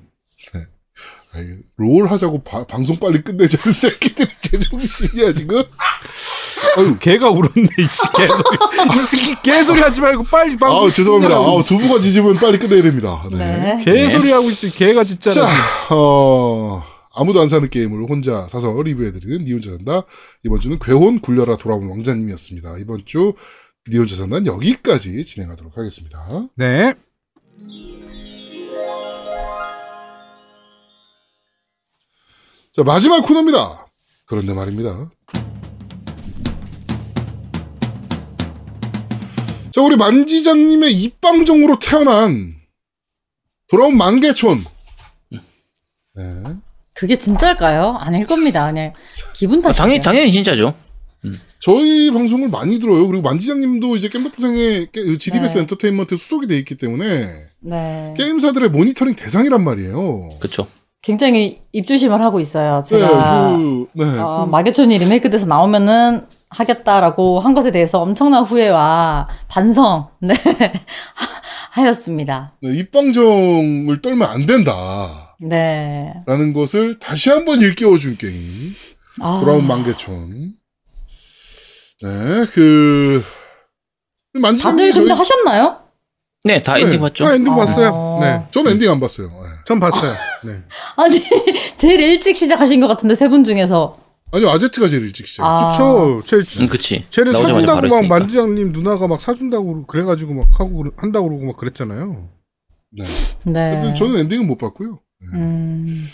S1: 아니, 롤 하자고 바- 방송 빨리 끝내자. [LAUGHS] 이 새끼들이 제정신이야, 지금? 아유,
S2: 개가 울었네 이씨 개소리 이 새끼 개소리 하지 말고 빨리 방송
S1: 아 죄송합니다. 아, 두부가 지지면 빨리 끝내야 됩니다. 네.
S4: 네.
S2: 개소리 하고 있어 개가 진짜
S1: 자,
S2: 네.
S1: 어, 아무도 안 사는 게임을 혼자 사서 리뷰해드리는 니 혼자 산다. 이번 주는 괴혼 굴려라 돌아온 왕자님이었습니다. 이번 주 니 혼자 산다는 여기까지 진행하도록 하겠습니다.
S2: 네
S1: 자, 마지막 코너입니다. 그런데 말입니다. 자, 우리 만지장님의 입방정으로 태어난 돌아온 만개촌. 네.
S4: 그게 진짜일까요? 아닐 겁니다. 그냥 기분
S3: 아,
S4: 탓이죠.
S3: 당연히 당연히 진짜죠.
S1: 저희 방송을 많이 들어요. 그리고 만지장님도 이제 겜덕부상의 GDBS
S4: 네.
S1: 엔터테인먼트에 소속이 돼 있기 때문에
S4: 네.
S1: 게임사들의 모니터링 대상이란 말이에요.
S3: 그쵸.
S4: 굉장히 입조심을 하고 있어요.
S1: 네,
S4: 제가
S1: 그, 네.
S4: 어, 마계촌이 리메이크돼서 나오면은 하겠다라고 한 것에 대해서 엄청난 후회와 반성 네 [LAUGHS] 하- 하였습니다.
S1: 네, 입방정을 떨면 안 된다라는
S4: 네.
S1: 것을 다시 한번 일깨워준 게임.
S4: 아,
S1: 돌아온 만개촌. 네, 그
S4: 다들
S1: 만지장님
S4: 근데
S1: 저희
S4: 하셨나요?
S3: 네 다
S1: 네.
S3: 엔딩 봤죠.
S2: 아, 엔딩
S4: 어.
S2: 봤어요 네전
S1: 전 엔딩 안 봤어요. 네.
S2: 봤어요 네
S4: 아니 [LAUGHS] 제일 일찍 시작하신 것 같은데 세 분 중에서.
S1: 아니요 아제트가 제일 일찍 시작. 아,
S4: 아,
S2: 그쵸 쟤
S3: 응 음, 그치.
S2: 쟤는
S3: 나오자마자
S2: 사준다고
S3: 바로
S2: 막
S3: 했으니까.
S2: 만지장님 누나가 막 사준다고 그러- 그래가지고 막 하고 그러- 한다고 그러고 막 그랬잖아요
S4: 네.
S1: 하여튼 저는 엔딩은 못 봤고요.
S4: 음,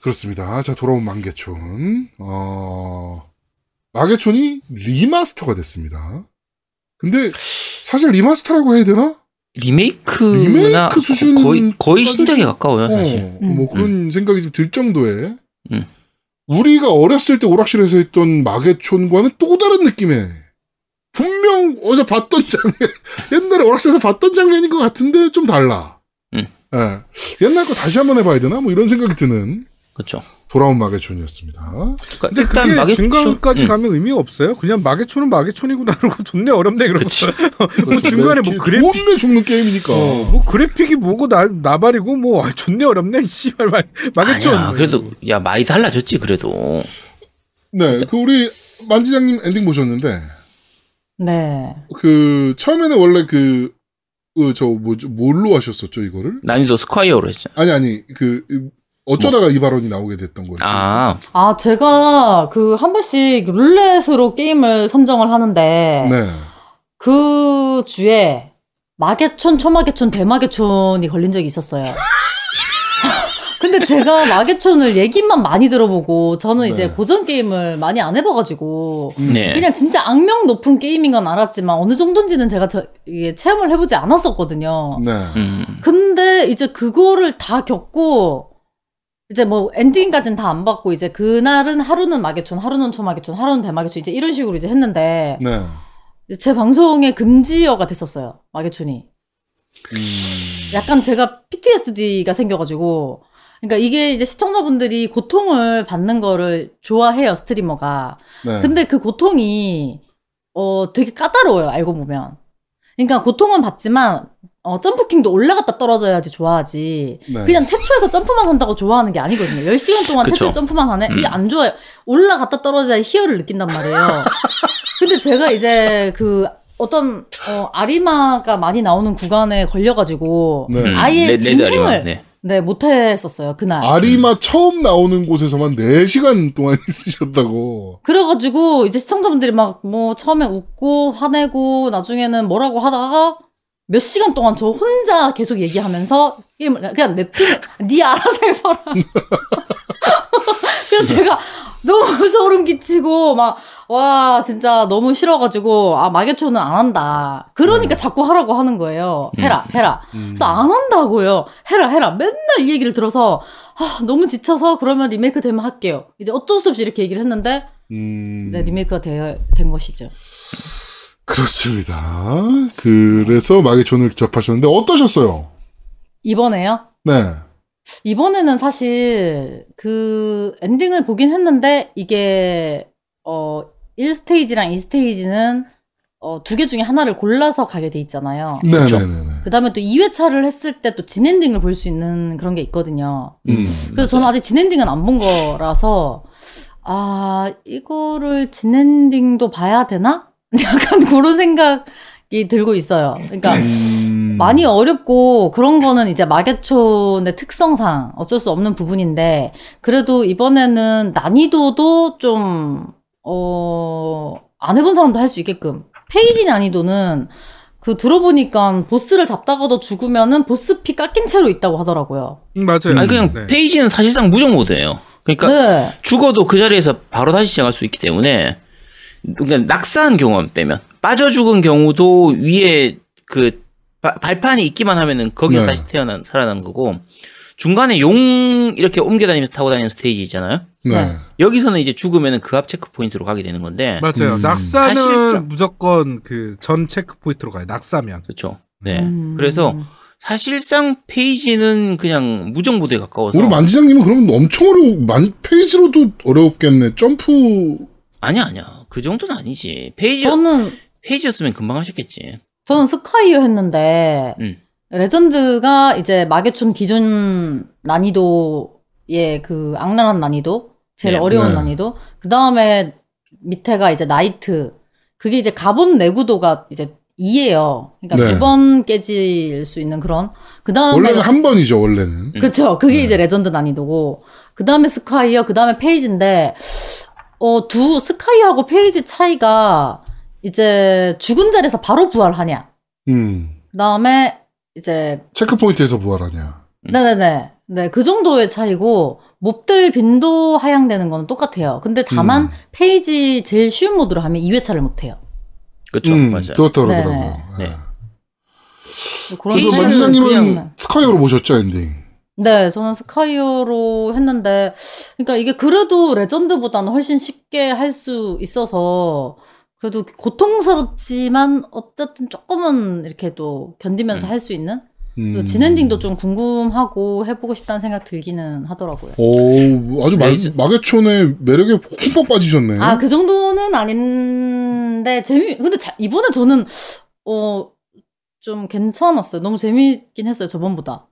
S1: 그렇습니다. 자 돌아온 만개촌. 어 만개촌이 리마스터가 됐습니다. 근데 사실 리마스터라고 해야 되나?
S3: 리메이크나
S1: 리메이크 수준
S3: 거의 거의
S1: 수준?
S3: 신작에 가까워요 아, 사실.
S1: 어, 뭐
S4: 음.
S1: 그런 생각이 좀 들 정도에
S3: 음.
S1: 우리가 어렸을 때 오락실에서 했던 마계촌과는 또 다른 느낌의 분명 어제 봤던 장면 [LAUGHS] 옛날에 오락실에서 봤던 장면인 것 같은데 좀 달라.
S3: 음.
S1: 예. 옛날 거 다시 한번 해봐야 되나? 뭐 이런 생각이 드는
S3: 그렇죠.
S1: 돌아온 마계촌이었습니다.
S3: 그러니까
S2: 근데
S3: 일단
S2: 그게
S3: 마계촌-
S2: 중간까지
S3: 음.
S2: 가면 의미가 없어요. 그냥 마계촌은 마계촌이구나 [LAUGHS] 그러고 존내 어렵네 그러고
S3: 그치.
S2: [LAUGHS]
S3: 그렇죠.
S2: 뭐 중간에 뭐 그래픽
S1: 좋은데 그렇죠. 죽는 게임이니까.
S2: 어, 뭐 그래픽이 뭐고 나, 나발이고 뭐 아, 존내 어렵네 [LAUGHS] 씨발 마- 마계촌 음,
S3: 아니야, 그래도 야 많이 달라졌지 그래도.
S1: 네, 그 우리 만지장님 엔딩 보셨는데
S4: 네.
S1: 그 처음에는 원래 그 저 뭐죠 뭘로 하셨었죠 이거를?
S3: 난이도 스콰이어로 했잖아.
S1: 아니 아니 그 어쩌다가 이 발언이 나오게 됐던 거였죠.
S3: 아,
S4: 아, 제가 그 한 번씩 룰렛으로 게임을 선정을 하는데
S1: 네.
S4: 그 주에 마계촌, 초마계촌, 대마계촌이 걸린 적이 있었어요. [LAUGHS] 근데 제가 마계촌을 얘기만 많이 들어보고 저는 이제
S1: 네.
S4: 고전 게임을 많이 안 해봐가지고
S3: 네.
S4: 그냥 진짜 악명 높은 게임인 건 알았지만 어느 정도인지는 제가 저, 이게 체험을 해보지 않았었거든요.
S1: 네.
S3: 음,
S4: 근데 이제 그거를 다 겪고 이제 뭐 엔딩까지는 다 안 받고 이제 그날은 하루는 마계촌, 하루는 초마계촌, 하루는 대마계촌 이제 이런 식으로 이제
S3: 예.
S4: 했는데
S1: 네.
S4: 이제 제 방송에 금지어가 됐었어요. 마계촌이. 약간 제가 PTSD가 생겨가지고 그러니까 이게 이제 시청자분들이 고통을 받는 거를 좋아해요 스트리머가.
S1: 네.
S4: 근데 그 고통이 어 되게 까다로워요 알고 보면. 그러니까 고통은 받지만 어 점프킹도 올라갔다 떨어져야지 좋아하지.
S1: 네.
S4: 그냥 태초에서 점프만 한다고 좋아하는 게 아니거든요. 10시간 동안
S3: 그쵸.
S4: 태초에 점프만 하네?
S3: 음.
S4: 이게 안 좋아요. 올라갔다 떨어져야 희열을 느낀단
S3: [LAUGHS]
S4: 말이에요. 근데 제가 이제 그 어떤 어, 아리마가 많이 나오는 구간에 걸려가지고
S1: 네.
S3: 음.
S4: 아예
S3: 레- 레드
S4: 진행을-
S3: 아리마, 네.
S4: 네 못했었어요 그날.
S1: 아리마 처음 나오는 곳에서만 4시간 동안 [LAUGHS] 있으셨다고.
S4: 그래가지고 이제 시청자분들이 막 뭐 처음에 웃고 화내고 나중에는 뭐라고 하다가 몇 시간 동안 저 혼자 계속 얘기하면서 게임을 그냥 냅둔 네 알아서 해봐라. [LAUGHS] 그래서 제가 너무 소름 끼치고 막 와 진짜 너무 싫어가지고 아 마계초는 안 한다. 그러니까 자꾸 하라고 하는 거예요. 해라 해라.
S1: 음.
S4: 그래서 아. 안 한다고요. 해라 해라. 맨날 이 얘기를 들어서 아, 너무 지쳐서 그러면 리메이크 되면 할게요. 이제 어쩔 수 없이 이렇게 얘기를 했는데
S1: 음.
S4: 네, 리메이크가 되어, 된 것이죠.
S1: 그렇습니다. 그래서 마계촌을 접하셨는데 어떠셨어요?
S4: 이번에요?
S1: 네.
S4: 이번에는 사실 그 엔딩을 보긴 했는데 이게 어 1스테이지랑 2스테이지는 어, 두 개 중에 하나를 골라서 가게 돼 있잖아요.
S1: 네, 네, 네, 네.
S4: 그 다음에 또 2회차를 했을 때 또 진엔딩을 볼 수 있는 그런 게 있거든요.
S1: 음.
S4: 그래서
S3: 네.
S4: 저는 아직 진엔딩은 안 본 거라서, 아, 이거를 진엔딩도 봐야 되나? [LAUGHS] 약간 그런 생각이 들고 있어요. 그러니까,
S3: 네.
S1: 음.
S4: 많이 어렵고 그런 거는 이제 마계촌의 특성상 어쩔 수 없는 부분인데 그래도 이번에는 난이도도 좀 어, 안 해본 사람도 할 수 있게끔 페이지 난이도는 그 들어보니까 보스를 잡다가도 죽으면은 보스 피 깎인 채로 있다고 하더라고요.
S2: 음, 맞아요.
S3: 아니 그냥
S2: 네.
S3: 페이지는 사실상 무적 모드예요. 그러니까
S4: 네.
S3: 죽어도 그 자리에서 바로 다시 시작할 수 있기 때문에 그냥 낙사한 경우만 빼면 빠져 죽은 경우도 위에 그 바- 발판이 있기만 하면은 거기서
S1: 네.
S3: 다시 태어난 살아난 거고 중간에 용 이렇게 옮겨다니면서 타고 다니는 스테이지 있잖아요.
S1: 네.
S3: 여기서는 이제 죽으면은 그 앞 체크 포인트로 가게 되는 건데
S2: 맞아요.
S1: 음.
S2: 낙사는
S3: 사실상-
S2: 무조건 그 전 체크포인트로 가요. 낙사면.
S3: 그렇죠. 네.
S4: 음.
S3: 그래서 사실상 페이지는 그냥 무정부대에 가까워서
S1: 우리 만지장님은 그러면 엄청 어려워. 만 페이지로도 어렵겠네. 점프
S4: 음,
S3: 아니야 아니야 그 정도는 아니지 페이지
S4: 저는
S3: 페이지였으면 금방 하셨겠지.
S4: 저는 스카이어 했는데
S3: 음.
S4: 레전드가 이제 마계촌 기준 난이도의 그 악랄한 난이도 제일
S3: 네.
S4: 어려운
S1: 네.
S4: 난이도 그 다음에 밑에가 이제 나이트 그게 이제 가본 내구도가 이제 2예요. 그러니까
S1: 네.
S4: 두 번 깨질 수 있는 그런 그 다음에
S1: 원래는 한 네. 번이죠,
S3: 음.
S1: 원래는.
S4: 그쵸. 그게 이제 레전드 난이도고. 그 다음에 스카이어, 그 다음에 페이지인데, 어, 두, 스카이어하고 페이지 차이가 이제 죽은 자리에서 바로 부활하냐.
S1: 음.
S4: 그 다음에 이제,
S1: 체크포인트에서 부활하냐.
S4: 네네네. 네, 그 정도의 차이고, 몹들 빈도 하향되는 건 똑같아요. 근데 다만,
S1: 음.
S4: 페이지 제일 쉬운 모드로 하면 2회차를 못해요.
S3: 그렇죠.
S1: 음,
S3: 맞아요.
S1: 그렇다고
S4: 네,
S1: 그러더라고요.
S3: 네.
S1: 네.
S4: 그런
S1: 그래서
S3: 페이지는
S4: 점은
S1: 만지장님은
S4: 그냥-
S1: 스카이어로 보셨죠, 엔딩.
S4: 네, 저는 스카이어로 했는데, 그러니까 이게 그래도 레전드보다는 훨씬 쉽게 할 수 있어서, 그래도 고통스럽지만, 어쨌든 조금은 이렇게 또 견디면서
S3: 음.
S4: 할 수 있는?
S1: 음.
S4: 진엔딩도 좀 궁금하고 해보고 싶다는 생각 들기는 하더라고요.
S1: 오, 아주 마,
S3: 레이저-
S1: 마계촌의 매력에 흠뻑 빠지셨네.
S4: 아, 그 정도는 아닌데, 재미, 근데 자- 이번에 저는, 어, 좀 괜찮았어요. 너무 재미있긴 했어요, 저번보다.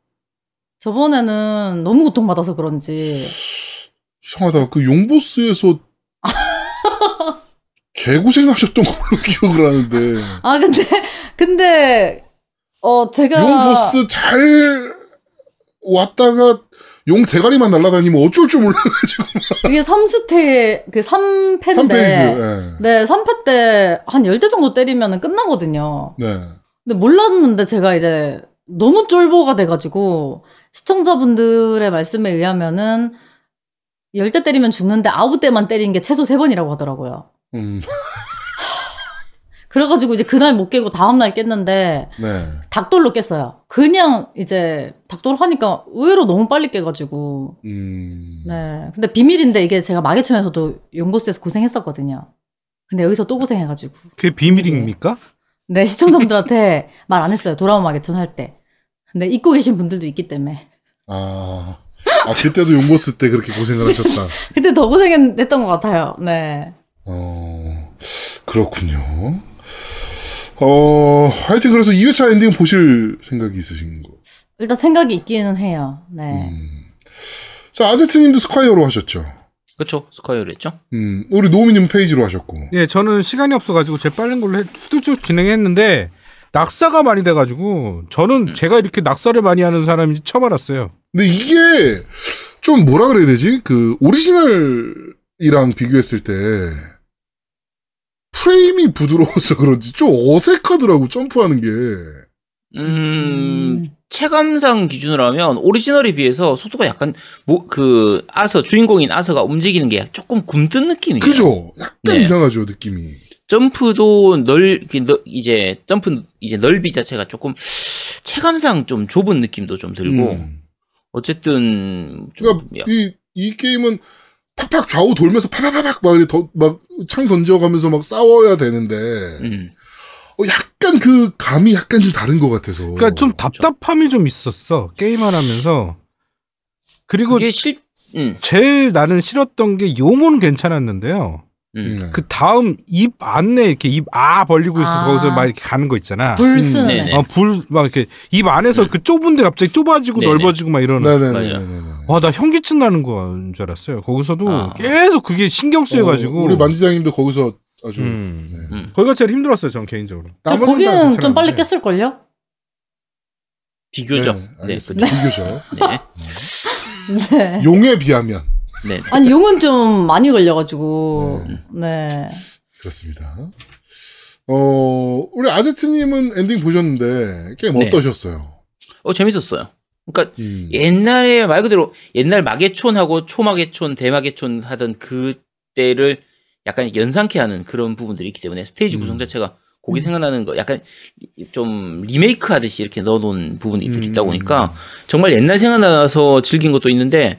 S4: 저번에는 너무 고통받아서 그런지.
S1: 이상하다. 그
S4: [LAUGHS]
S1: 용보스에서 개고생하셨던 걸로 [LAUGHS] 기억을 하는데.
S4: 아, 근데, [LAUGHS] 근데, 어, 제가.
S1: 용보스 잘 왔다가 용 대가리만 날아다니면 어쩔 줄 몰라가지고.
S4: 그게 3스테, 그 3패인데.
S1: 3페이지. 예.
S4: 네, 3패 때, 한 10대 정도 때리면 끝나거든요.
S1: 네.
S4: 근데 몰랐는데 제가 이제 너무 쫄보가 돼가지고 시청자분들의 말씀에 의하면은 열 대 때리면 죽는데 아홉 대만 때린 게 최소 세 번이라고 하더라고요.
S1: 음,
S4: 그래가지고 이제 그날 못 깨고 다음날 깼는데
S1: 네.
S4: 닭돌로 깼어요. 그냥 이제 닭돌 하니까 의외로 너무 빨리 깨가지고.
S1: 음.
S4: 네. 근데 비밀인데 이게 제가 마계천에서도 용고스에서 고생했었거든요. 근데 여기서 또 고생해가지고.
S2: 그게 비밀입니까?
S4: 네, 시청자분들한테 [LAUGHS] 말 안 했어요. 돌아온 마계천 할 때. 근데 잊고 계신 분들도 있기 때문에.
S1: 아. 아, 그때도 용보스 때 그렇게 고생을 하셨다.
S4: 그때 더 고생했던 것 같아요. 네.
S1: 어, 그렇군요. 어, 하여튼 그래서 2회차 엔딩 보실 생각이 있으신 거.
S4: 일단 생각이 있기는 해요. 네.
S1: 음. 자, 아제트님도 스콰이어로 하셨죠.
S3: 그쵸? 스카이어로 했죠?
S1: 음, 우리 노미님 페이지로 하셨고.
S2: 예, 저는 시간이 없어가지고 제 빠른 걸로 해- 후두쭉 진행했는데 낙사가 많이 돼가지고 저는
S3: 음.
S2: 제가 이렇게 낙사를 많이 하는 사람인지 처음 알았어요.
S1: 근데 이게 좀 뭐라 그래야 되지? 그 오리지널이랑 비교했을 때 프레임이 부드러워서 그런지 좀 어색하더라고 점프하는 게.
S3: 음, 체감상 기준으로 하면 오리지널에 비해서 속도가 약간 뭐 그 아서 주인공인 아서가 움직이는 게 조금 굼뜬 느낌이에요.
S1: 그죠? 약간
S3: 네.
S1: 이상하죠 느낌이.
S3: 점프도 넓 이렇게 넓- 이제 점프 이제 넓이 자체가 조금 체감상 좀 좁은 느낌도 좀 들고
S1: 음.
S3: 어쨌든 좀
S1: 그러니까 이, 이 게임은 팍팍 좌우 돌면서 파파파팍 막 이렇게 더- 막창 던져가면서 막 싸워야 되는데
S3: 음,
S1: 어, 약간 그 감이 약간 좀 다른 것 같아서.
S2: 그러니까 좀 답답함이 좀 있었어 게임을 하면서 그리고
S3: 이게 실 음,
S2: 제일 나는 싫었던 게 요모는 괜찮았는데요.
S3: 음.
S1: 네.
S2: 그 다음 입 안에 이렇게 입 아 벌리고 있어서
S4: 아.
S2: 거기서 막 이렇게 가는 거 있잖아.
S4: 불
S1: 음,
S4: 쓰는
S3: 네네.
S4: 애.
S2: 아, 불, 막 이렇게 입 안에서 그 좁은데 갑자기 좁아지고
S3: 네네.
S2: 넓어지고 막 이러는.
S1: 네네네네네.
S2: 와, 나 현기증 나는 거인 줄 알았어요. 거기서도
S3: 아.
S2: 계속 그게 신경 쓰여가지고.
S1: 어, 우리 만지장님도 거기서 아주
S2: 음.
S1: 네.
S3: 음.
S2: 거기가 제일 힘들었어요, 전 개인적으로.
S4: 저
S2: 나머지는 다
S4: 거기는 좀
S2: 괜찮았는데.
S4: 빨리 깼을걸요?
S3: 비교적
S1: 네,
S3: 네, 그렇죠.
S1: 알겠습니다. 비교죠.
S3: 네,
S4: 네.
S1: 용에 비하면
S3: 네, 네.
S4: 아니, 용은 좀 많이 걸려가지고.
S1: 음.
S4: 네.
S1: 그렇습니다. 어 우리 아제트님은 엔딩 보셨는데 게임
S3: 네.
S1: 어떠셨어요?
S3: 어 재밌었어요. 그러니까
S1: 음.
S3: 옛날에 말 그대로 옛날 마계촌하고 초마계촌, 대마계촌 하던 그때를 약간 연상케 하는 그런 부분들이 있기 때문에 스테이지
S1: 음.
S3: 구성 자체가 거기 생각나는 거 약간 좀 리메이크 하듯이 이렇게 넣어놓은 부분이
S1: 음.
S3: 있다 보니까 정말 옛날 생각나서 즐긴 것도 있는데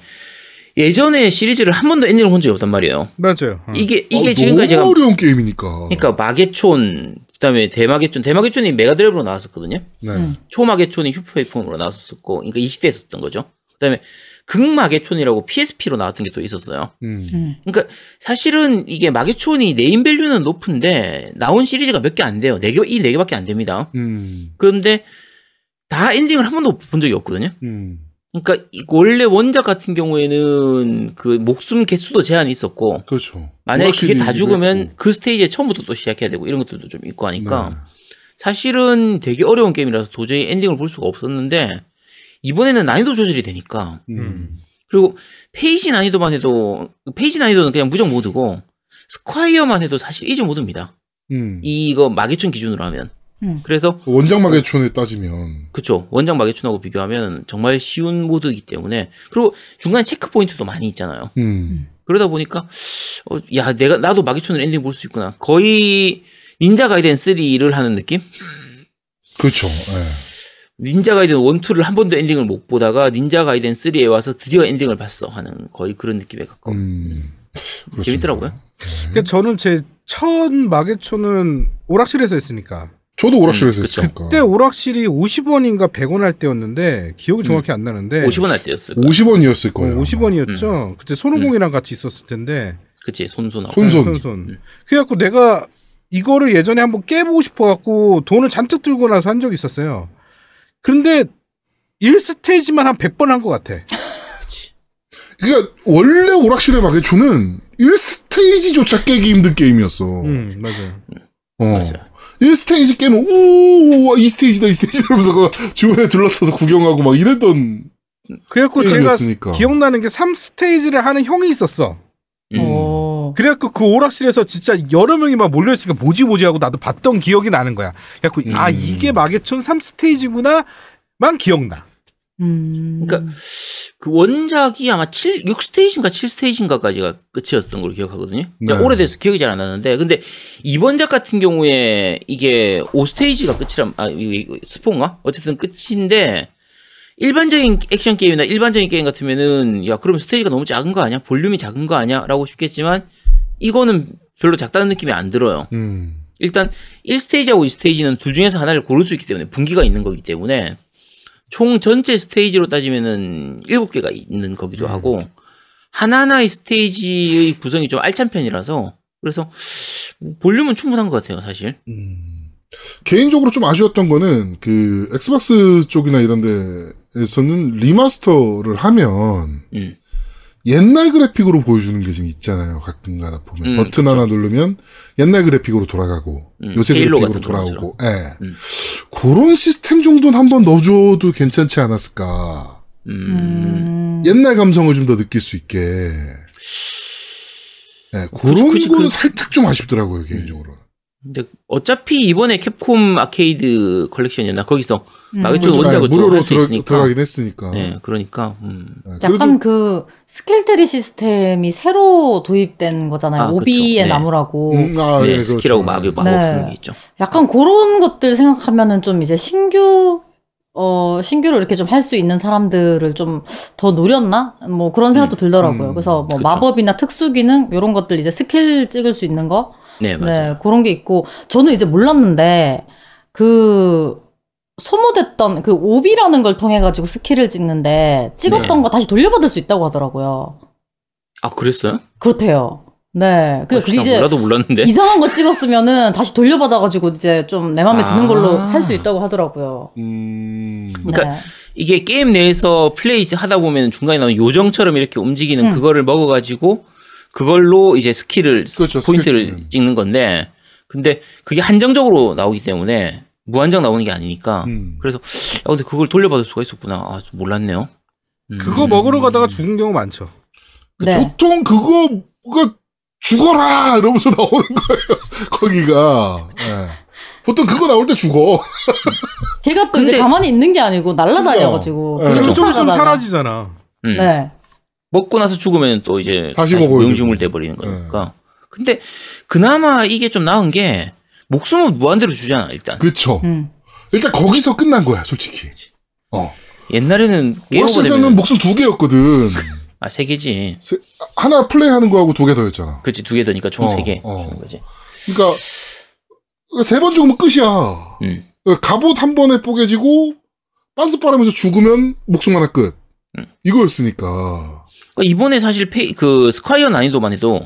S3: 예전에 시리즈를 한 번도 엔딩을 본 적이 없단 말이에요.
S2: 맞아요. 어.
S3: 이게
S1: 어,
S3: 이게 지금까지 제가
S1: 너무 어려운 게임이니까.
S3: 그러니까 마계촌 그다음에 대마계촌 대마계촌이 메가드라이브로 나왔었거든요.
S1: 네.
S4: 음.
S3: 초마계촌이 휴대폰으로 나왔었고, 그러니까 20대에 있었던 거죠. 그다음에 극마계촌이라고 PSP로 나왔던 게 또 있었어요.
S1: 음.
S4: 음.
S3: 그러니까 사실은 이게 마계촌이 네임 밸류는 높은데 나온 시리즈가 몇 개 안 돼요. 네 개, 이 네 개밖에 안 됩니다.
S1: 음.
S3: 그런데 다 엔딩을 한 번도 본 적이 없거든요.
S1: 음.
S3: 그러니까 이- 원래 원작 같은 경우에는 그 목숨 개수도 제한이 있었고
S1: 그렇죠.
S3: 만약에 그게 다
S1: 오락실이기도
S3: 죽으면
S1: 했고.
S3: 그 스테이지에 처음부터 또 시작해야 되고 이런 것들도 좀 있고 하니까
S1: 네.
S3: 사실은 되게 어려운 게임이라서 도저히 엔딩을 볼 수가 없었는데 이번에는 난이도 조절이 되니까
S1: 음.
S3: 그리고 페이지 난이도만 해도 페이지 난이도는 그냥 무적 모드고 스콰이어만 해도 사실 이제 모드입니다.
S1: 음.
S3: 이거 마계춘 기준으로 하면
S4: 음.
S3: 그래서
S1: 원작마계촌에 따지면 음,
S3: 그쵸 원작 마계춘하고 비교하면 정말 쉬운 모드이기 때문에 그리고 중간 체크 포인트도 많이 있잖아요.
S1: 음.
S3: 그러다 보니까 어, 야 내가 나도 마계춘을 엔딩 볼 수 있구나 거의 닌자 가이덴 3를 하는 느낌?
S1: 그렇죠. 예.
S3: 닌자 가이든 1, 2를 한 번도 엔딩을 못 보다가 닌자 가이든 3에 와서 드디어 엔딩을 봤어 하는 거의 그런 느낌에 가까워.
S1: 음. 그렇습니다.
S3: 재밌더라고요.
S2: 그러니까 저는 제 첫 마계초는 오락실에서 했으니까.
S1: 저도 오락실에서
S3: 음, 그쵸.
S1: 했으니까.
S2: 그때 오락실이 50원인가 100원 할 때였는데 기억이 정확히 안 나는데
S3: 50원 할 때였을 거야.
S1: 50원이었을 거예요. 아마.
S2: 50원이었죠. 그때 손오공이랑 같이 있었을 텐데
S3: 그치, 손손하고.
S1: 손- 손손.
S2: 손손. 그래갖고 내가 이거를 예전에 한번 깨보고 싶어갖고 돈을 잔뜩 들고 나서 한 적이 있었어요. 그런데 1스테이지만 한 100번 한 것 같아.
S1: 그러니까 원래 오락실의 마계초는 1스테이지조차 깨기 힘든 게임이었어.
S2: 음, 맞아요.
S1: 어.
S3: 맞아.
S1: 1스테이지 깨면 우와 2스테이지다 2스테이지 이러면서 그 주변에 둘러싸서 구경하고 막 이랬던
S2: 그래갖고 제가
S1: 게임이었으니까.
S2: 기억나는 게 3스테이지를 하는 형이 있었어.
S3: 음.
S4: 어.
S2: 그래갖고 그 오락실에서 진짜 여러 명이 막 몰려있으니까 뭐지 뭐지 하고 나도 봤던 기억이 나는 거야. 그래갖고 아
S1: 음.
S2: 이게 마계촌 3스테이지구나 만 기억나.
S4: 음.
S3: 그러니까 그 원작이 아마 7, 6스테이지인가 7스테이지인가까지가 끝이었던 걸로 기억하거든요.
S1: 네.
S3: 오래돼서 기억이 잘 안 나는데, 근데 이번 작 같은 경우에 이게 5스테이지가 끝이란, 아, 이거- 이거 스포인가? 어쨌든 끝인데, 일반적인 액션 게임이나 일반적인 게임 같으면은, 야, 그럼 스테이지가 너무 작은 거 아니야? 볼륨이 작은 거 아니야? 라고 싶겠지만, 이거는 별로 작다는 느낌이 안 들어요.
S1: 음.
S3: 일단 1스테이지하고 2스테이지는 둘 중에서 하나를 고를 수 있기 때문에 분기가 있는 거기 때문에 총 전체 스테이지로 따지면은 7개가 있는 거기도
S1: 음.
S3: 하고 하나하나의 스테이지의 구성이 좀 알찬 편이라서 그래서 볼륨은 충분한 것 같아요 사실
S1: 음. 개인적으로 좀 아쉬웠던 거는 그 엑스박스 쪽이나 이런 데에서는 리마스터를 하면
S3: 음.
S1: 옛날 그래픽으로 보여주는 게 지금 있잖아요. 가끔가다 보면
S3: 음,
S1: 버튼 하나 누르면 옛날 그래픽으로 돌아가고
S3: 음,
S1: 요새
S3: 헤일로
S1: 그래픽으로
S3: 같은 그런
S1: 돌아오고 예.
S3: 음.
S1: 그런 시스템 정도는 한번 넣어줘도 괜찮지 않았을까.
S3: 음,
S4: 음.
S1: 옛날 감성을 좀 더 느낄 수 있게. 예, 그런
S3: 그치,
S1: 거는
S3: 그-
S1: 살짝 좀 아쉽더라고요 개인적으로.
S3: 근데 어차피 이번에 capcom 아케이드 컬렉션이었나 거기서
S4: 음.
S3: 마계촌
S1: 예,
S3: 원작을 또
S1: 무료로
S3: 할 수
S1: 들어, 아.
S3: 있으니까
S1: 들어가긴 했으니까.
S3: 네 그러니까 음.
S1: 예, 그래도
S4: 약간 그 스킬트리 시스템이 새로 도입된 거잖아요.
S3: 아, 그쵸.
S4: 오비의
S3: 네.
S4: 나무라고.
S1: 음, 아,
S3: 네,
S1: 예, 그렇죠.
S3: 스킬하고 마법 마법
S4: 네.
S3: 쓰는 게 있죠
S4: 약간 그런 것들 생각하면은 좀 이제 신규 어 신규로 이렇게 좀 할 수 있는 사람들을 좀 더 노렸나 뭐 그런 생각도 들더라고요.
S1: 음,
S4: 그래서 뭐
S3: 그쵸.
S4: 마법이나 특수 기능 이런 것들 이제 스킬 찍을 수 있는 거
S3: 네 맞아요
S4: 네, 그런 게 있고 저는 이제 몰랐는데 그 소모됐던 그 오비라는 걸 통해 가지고 스킬을 찍는데 찍었던
S3: 네.
S4: 거 다시 돌려받을 수 있다고 하더라고요.
S3: 아 그랬어요? 아,
S4: 그렇대요. 네, 그 그게
S3: 혹시나
S4: 이제
S3: 몰라도 몰랐는데
S4: 이상한 거 찍었으면은 다시 돌려받아가지고 이제 좀 내 마음에 드는 걸로
S3: 아.
S4: 할 수 있다고 하더라고요. 네.
S1: 음.
S3: 그러니까 이게 게임 내에서 플레이 하다 보면 중간에 나오는 요정처럼 이렇게
S1: 네.
S3: 움직이는
S4: 음.
S3: 그거를 먹어가지고 그걸로 이제 스킬을
S1: 그렇죠,
S3: 포인트를
S1: 스킬 찍는.
S3: 찍는 건데 근데 그게 한정적으로 나오기 때문에 무한정 나오는 게 아니니까
S1: 음.
S3: 그래서 야, 근데 그걸 돌려받을 수가 있었구나 아좀 몰랐네요. 음.
S2: 그거 먹으러 가다가 죽은 경우 많죠.
S4: 네. 네.
S1: 보통 그러니까 그거가 죽어라 이러면서 [LAUGHS] 나오는 거예요. 거기가 예. 보통 그거 나올 때 죽어.
S4: 걔가 또 이제
S3: 근데-
S4: 가만히 있는 게 아니고 날라다녀가지고
S1: 그죠.
S4: 그걸
S2: 그리고
S3: 그렇죠.
S2: 좀 있으면
S4: 쫓아가다가.
S2: 사라지잖아.
S3: 음.
S4: 네.
S3: 먹고 나서 죽으면 또 이제
S1: 다시 네. 먹어야
S3: 명중물
S1: 되고.
S3: 돼버리는 거니까. 근데 그나마 이게 좀 나은 게 목숨은 무한대로 주잖아 일단.
S1: 그쵸.
S4: 음.
S1: 일단 거기서 끝난 거야, 솔직히. 어.
S3: 옛날에는
S2: 뭐
S3: 게임 오버
S1: 월세서는
S3: 되면
S1: 목숨 두 개였거든.
S3: 아세 개지.
S1: 세- 하나 플레이하는 거하고 두 개 더였잖아.
S3: 그치 두 개 더니까 총
S1: 어,
S3: 세 개
S1: 어.
S3: 주는 거지.
S1: 그러니까 세 번 죽으면 끝이야.
S3: 음.
S1: 그러니까 갑옷 한 번에 뽀개지고 빤스 빠르면서 죽으면 목숨 하나 끝.
S3: 음.
S1: 이거였으니까.
S3: 그러니까 이번에 사실 페이, 그 스콰이어 난이도만 해도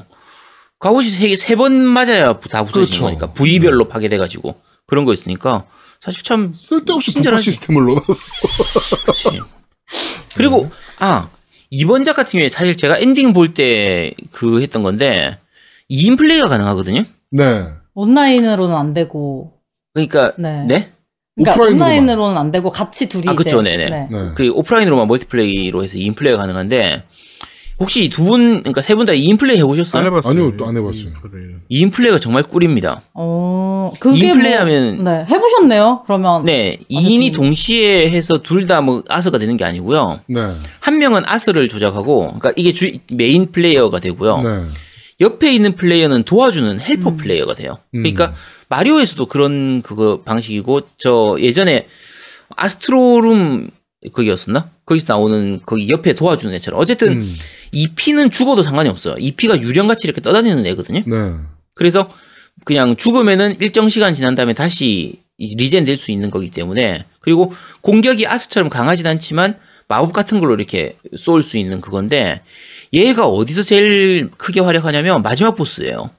S3: 가옷이 세번 맞아야 부- 다 부서지는
S1: 그렇죠.
S3: 거니까 부위별로 파괴돼가지고 그런 거 있으니까 사실 참
S1: 쓸데없이 복합
S3: 친절하지.
S1: 시스템을 넣어놨어. [LAUGHS]
S3: 그치.
S1: 음.
S3: 그리고 아 이번 작 같은 경우에 사실 제가 엔딩 볼 때 그 했던 건데 2인 플레이가 가능하거든요.
S1: 네.
S4: 온라인으로는 안 되고.
S3: 그러니까
S4: 네.
S3: 네?
S4: 그러니까
S1: 오프라인으로만.
S4: 온라인으로는 안 되고 같이 둘이
S3: 아,
S4: 이제.
S3: 그쵸, 네네.
S1: 네.
S3: 그 오프라인으로만 멀티플레이로 해서 2인 플레이가 가능한데 혹시 두 분 그러니까 세 분 다 2인 플레이
S2: 안
S3: 해보셨어요?
S2: 해봤어요.
S1: 아니요, 또안 해봤어요.
S2: 이거를.
S3: 2인 플레이가 정말 꿀입니다.
S4: 어,
S3: 2인
S4: 그게 뭐.
S3: 플레이하면
S4: 네. 해보셨네요, 그러면.
S3: 네,
S4: 아,
S3: 2인이
S4: 그렇군요.
S3: 동시에 해서 둘 다 뭐 아서가 되는 게 아니고요.
S1: 네.
S3: 한 명은 아서를 조작하고, 그러니까 이게 주, 메인 플레이어가 되고요.
S1: 네.
S3: 옆에 있는 플레이어는 도와주는 헬퍼 플레이어가 돼요.
S1: 음.
S3: 그러니까 마리오에서도 그런 그거 방식이고, 저 예전에 아스트로룸 거기였었나? 거기서 나오는 거기 옆에 도와주는 애처럼. 어쨌든
S1: 음.
S3: 이 피는 죽어도 상관이 없어요. 이 피가 유령같이 이렇게 떠다니는 애거든요.
S1: 네.
S3: 그래서 그냥 죽으면은 일정 시간 지난 다음에 다시 이 리젠 될 수 있는 거기 때문에 그리고 공격이 아스처럼 강하진 않지만 마법 같은 걸로 이렇게 쏠 수 있는 그건데 얘가 어디서 제일 크게 활약하냐면 마지막 보스예요.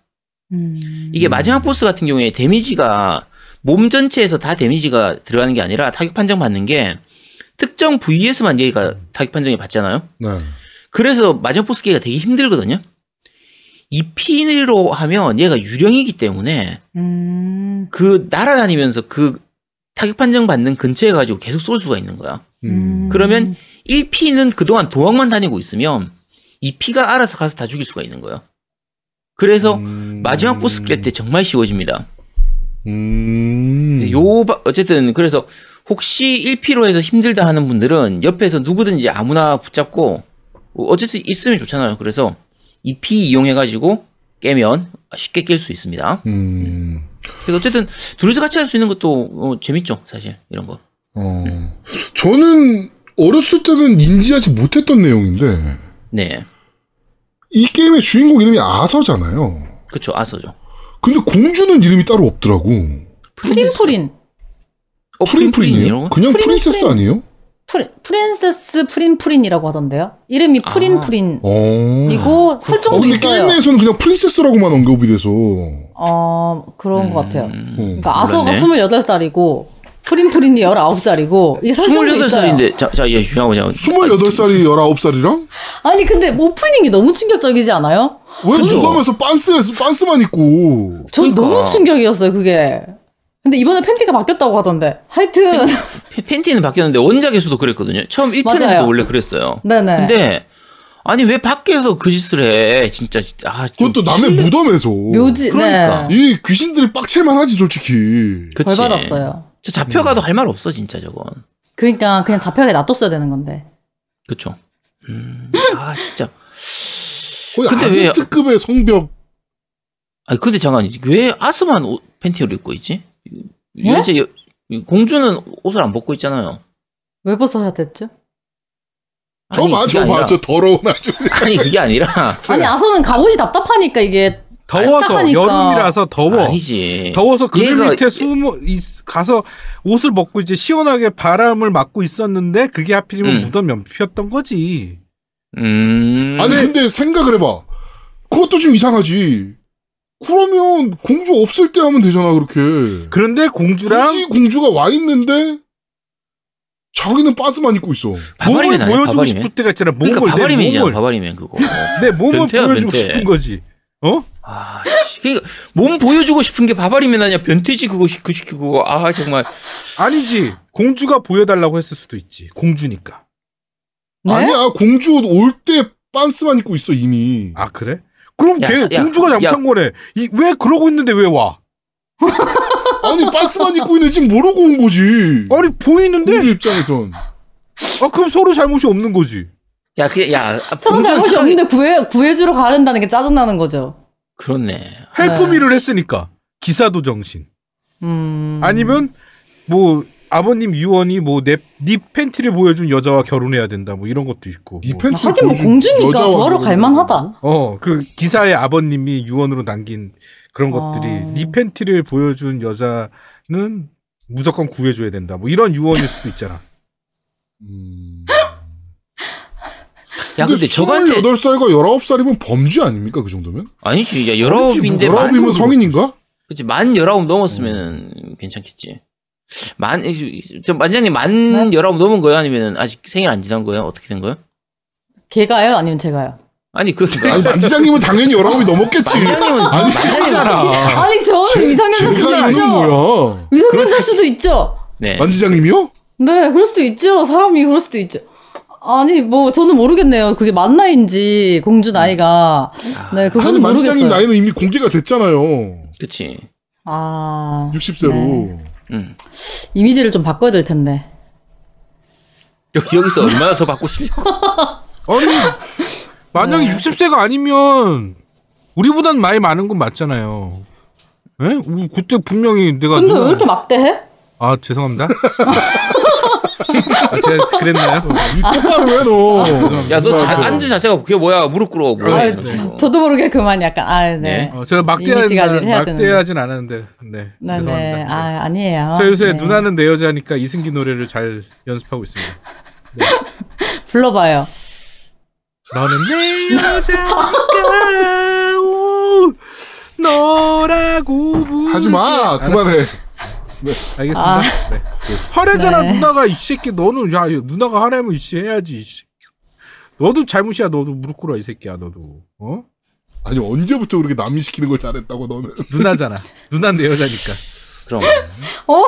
S4: 음.
S3: 이게
S2: 음.
S3: 마지막 보스 같은 경우에 데미지가 몸 전체에서 다 데미지가 들어가는 게 아니라 타격 판정 받는 게 특정 부위에서만 얘가 타격 판정이 받잖아요.
S1: 네.
S3: 그래서 마지막 보스 깨기가 되게 힘들거든요. 이 피로 하면 얘가 유령이기 때문에
S4: 음.
S3: 그 날아다니면서 그 타격 판정 받는 근처에 가지고 계속 쏠 수가 있는 거야.
S1: 음.
S3: 그러면 1피는 그동안 도망만 다니고 있으면 2피가 알아서 가서 다 죽일 수가 있는 거예요. 그래서
S1: 음.
S3: 마지막 보스 깰 때 정말 쉬워집니다.
S1: 음.
S3: 근데 요 바- 어쨌든 그래서 혹시 1피로 해서 힘들다 하는 분들은 옆에서 누구든지 아무나 붙잡고 어쨌든 있으면 좋잖아요. 그래서 2피 이용해 가지고 깨면 쉽게 깰 수 있습니다.
S1: 음.
S3: 그래서 어쨌든 둘이서 같이 할 수 있는 것도 어, 재밌죠, 사실 이런 거.
S1: 어. 저는 어렸을 때는 인지하지 못했던 내용인데
S3: 네,
S1: 이 게임의 주인공 이름이 아서잖아요.
S3: 그렇죠, 아서죠.
S1: 근데 공주는 이름이 따로 없더라고.
S4: 프린프린.
S3: 어, 프린프린 이런
S1: 프린프린이에요?
S3: 거?
S1: 그냥
S4: 프린,
S1: 프린세스
S4: 프린.
S1: 아니에요?
S4: 프리, 프린세스 프린프린이라고 하던데요. 이름이
S3: 아.
S4: 프린프린.
S1: 어.
S4: 이고
S1: 어,
S4: 그 설정도
S1: 근데
S4: 있어요.
S1: 게임 내에서는 그냥 프린세스라고만 언급이 돼서.
S4: 어, 그런 것 같아요.
S3: 음.
S1: 어.
S4: 그러니까 아서가
S3: 몰랐네.
S4: 28살이고 프린프린이 19살이고 이 설정도 있어요.
S3: 28살인데 자, 자, 예, 잠깐만요.
S1: 28살이 19살이랑?
S4: 아니 근데 오프닝이 너무 충격적이지 않아요?
S1: 왜
S3: 그죠?
S1: 누가 하면서 빤스, 빤스만 입고.
S4: 전
S3: 그러니까.
S4: 너무 충격이었어요 그게. 근데 이번에 팬티가 바뀌었다고 하던데. 하여튼
S3: 팬- 팬티는 바뀌었는데 원작에서도 그랬거든요. 처음 1편에서도
S4: 맞아요.
S3: 원래 그랬어요.
S4: [LAUGHS] 네네.
S3: 근데 아니 왜 밖에서 그 짓을 해? 진짜 진짜. 아, 좀
S1: 그것도 남의
S3: 실례-
S1: 무덤에서.
S4: 묘지
S3: 그러니까.
S4: 네.
S1: 이 귀신들이 빡칠만 하지, 솔직히.
S3: 그치.
S4: 벌 받았어요.
S3: 저 잡혀가도 할 말 없어 진짜 저건.
S4: 그러니까 그냥 잡혀게 놔뒀어야 되는 건데.
S3: 그쵸. 음, 아 진짜.
S1: 거의
S3: 근데 왜-
S1: 아지트급의 성벽.
S3: 아 근데 잠깐 왜 아스만 옷, 팬티를 입고 있지?
S4: 예?
S3: 이제 여- 공주는 옷을 안 벗고 있잖아요.
S4: 왜 벗어야 됐죠?
S1: 저
S3: 아니,
S1: 봐,
S3: 그게
S1: 저 봐,
S3: 아니라-
S1: 저 더러운 아주.
S3: 아니 그게
S4: [LAUGHS]
S3: 아니라
S4: 아니 아서는 갑옷이 답답하니까 이게
S2: 더워서
S4: 딱딱하니까.
S2: 여름이라서 더워.
S3: 아니지.
S2: 더워서 그늘
S3: 얘가-
S2: 밑에 숨어 있- 가서 옷을 벗고 이제 시원하게 바람을 맞고 있었는데 그게 하필이면
S3: 음.
S2: 무덤 연피였던 거지.
S3: 음.
S1: 아니, 근데 생각을 해봐. 그것도 좀 이상하지. 그러면 공주 없을 때 하면 되잖아, 그렇게.
S2: 그런데 공주랑
S1: 굳이 공주가 와 있는데, 자기는 빤스만 입고 있어.
S2: 몸을
S3: 바바리맨 아니야,
S2: 보여주고
S3: 바바리맨?
S2: 싶을 때가 있잖아. 몸을
S3: 그러니까 바바리맨이잖아.
S2: 내 몸을
S3: 바바리맨 그거.
S2: 내 몸을
S3: 변태야,
S2: 보여주고
S3: 변태.
S2: 싶은 거지. 어?
S3: 아, 씨. 그러니까 몸 보여주고 싶은 게 바바리맨 아니야. 변태지 그거 시- 그 시키 그거. 아 정말.
S2: 아니지. 공주가 보여달라고 했을 수도 있지. 공주니까.
S4: 네?
S1: 아니야, 공주 올 때 빤스만 입고 있어, 이미.
S2: 아 그래? 그럼
S3: 야,
S2: 걔
S3: 사- 야,
S2: 공주가
S3: 야.
S2: 잘못한 거래. 이, 왜 그러고 있는데 왜 와?
S1: 아니, 빤스만 입고 있는지 모르고 온 거지.
S3: 어,
S2: 아니 보이는데?
S1: 공주 입장에선. 네
S2: 아 그럼 서로 잘못이 없는 거지.
S3: 야, 그냥 야. 아,
S4: 서로
S3: 공주는
S4: 잘못이
S3: 착하게-
S4: 없는데 구해 구해주러 가야 된다는 게 짜증 나는 거죠.
S3: 그렇네.
S2: 헬프미를 했으니까 기사도 정신.
S4: 음.
S2: 아니면 뭐 아버님 유언이 뭐내 네 팬티를 보여준 여자와 결혼해야 된다 뭐 이런 것도 있고.
S1: 니
S2: 뭐.
S1: 팬티
S4: 하긴 뭐 공주니까
S1: 뭐.
S4: 도하러 갈만하다.
S2: 어그 기사의 아버님이 유언으로 남긴 그런
S4: 아.
S2: 것들이 네 팬티를 보여준 여자는 무조건 구해줘야 된다 뭐 이런 유언일 수도 있잖아.
S1: 음.
S3: [GASPS] 야, 근데 저한테
S1: 28살과 19살이면 범죄 아닙니까? 그 정도면?
S3: 아니지. 야, 열아홉인데 만
S1: 19이면 성인인가?
S3: 그치, 만 열아홉 넘었으면은 괜찮겠지. 만, 이- 저 만장님
S4: 네?
S3: 만 열아홉 넘은 거예요? 아니면 아직 생일 안 지난 거예요? 어떻게 된 거예요?
S4: 걔가요? 아니면 제가요?
S3: 아니, 그,
S1: 아니, 만지장님은 당연히 19이 넘었겠지.
S3: 만장님은, 만장님은,
S4: 아니 저는
S1: 제가
S4: 위성년자일 수도
S1: 이러는
S4: 있죠.
S1: 거야.
S4: 위성년자일 수도 있죠.
S3: 네.
S1: 만지장님이요?
S4: 네, 그럴 수도 있죠. 사람이 그럴 수도 있죠. 아니 뭐 저는 모르겠네요. 그게 만 나이인지 공주 나이가 네
S1: 아니,
S4: 그건
S1: 만지장님
S4: 모르겠어요.
S1: 나이는 이미 공개가 됐잖아요.
S3: 그치.
S4: 아
S1: 60세로.
S3: 음.
S4: 이미지를 좀 바꿔야 될 텐데.
S3: 여기, 여기서 얼마나 더 받고 싶냐고.
S2: 아니 만약에
S4: 네.
S2: 60세가 아니면 우리보단 많이 많은 건 맞잖아요. 예? 우- 그때 분명히 내가
S4: 근데 왜
S2: 누나-
S4: [LAUGHS] 이렇게 막대해?
S2: 아 죄송합니다. 아, 제가 그랬나요?
S1: 이 똑바로 해, 너.
S3: 아, 야, 너 자,
S1: 그거.
S3: 앉은 자세가 그게 뭐야? 무릎 꿇어. 뭐야,
S4: 아,
S3: 이거.
S4: 저, 저도 모르게 그만 약간 아 네.
S3: 네.
S2: 어, 제가 막대하진
S4: 이미지 관리를 해야
S2: 막대하진 않았는데. 네.
S4: 네, 네.
S2: 죄송합니다.
S4: 아, 아니에요.
S2: 저 요새
S4: 네.
S2: 누나는 내 여자니까 이승기 노래를 잘 연습하고 있습니다.
S4: 불러봐요.
S2: 너는 내 [LAUGHS] 여자니까 오, 너라고 부르.
S1: 하지 마,
S3: 음,
S1: 그만해.
S2: 알겠습니다.
S4: 아.
S2: 네. 하래잖아
S4: 네.
S2: 누나가 이 새끼 너는 야 이거 누나가 하라면 이씨 해야지. 이 새끼. 너도 잘못이야 너도 무릎 꿇어 이 새끼야 너도. 어?
S1: 아니, 언제부터 그렇게 남이 시키는 걸 잘했다고, 너는.
S2: 누나잖아. [LAUGHS] 누난 내 여자니까.
S3: 그럼.
S4: 어?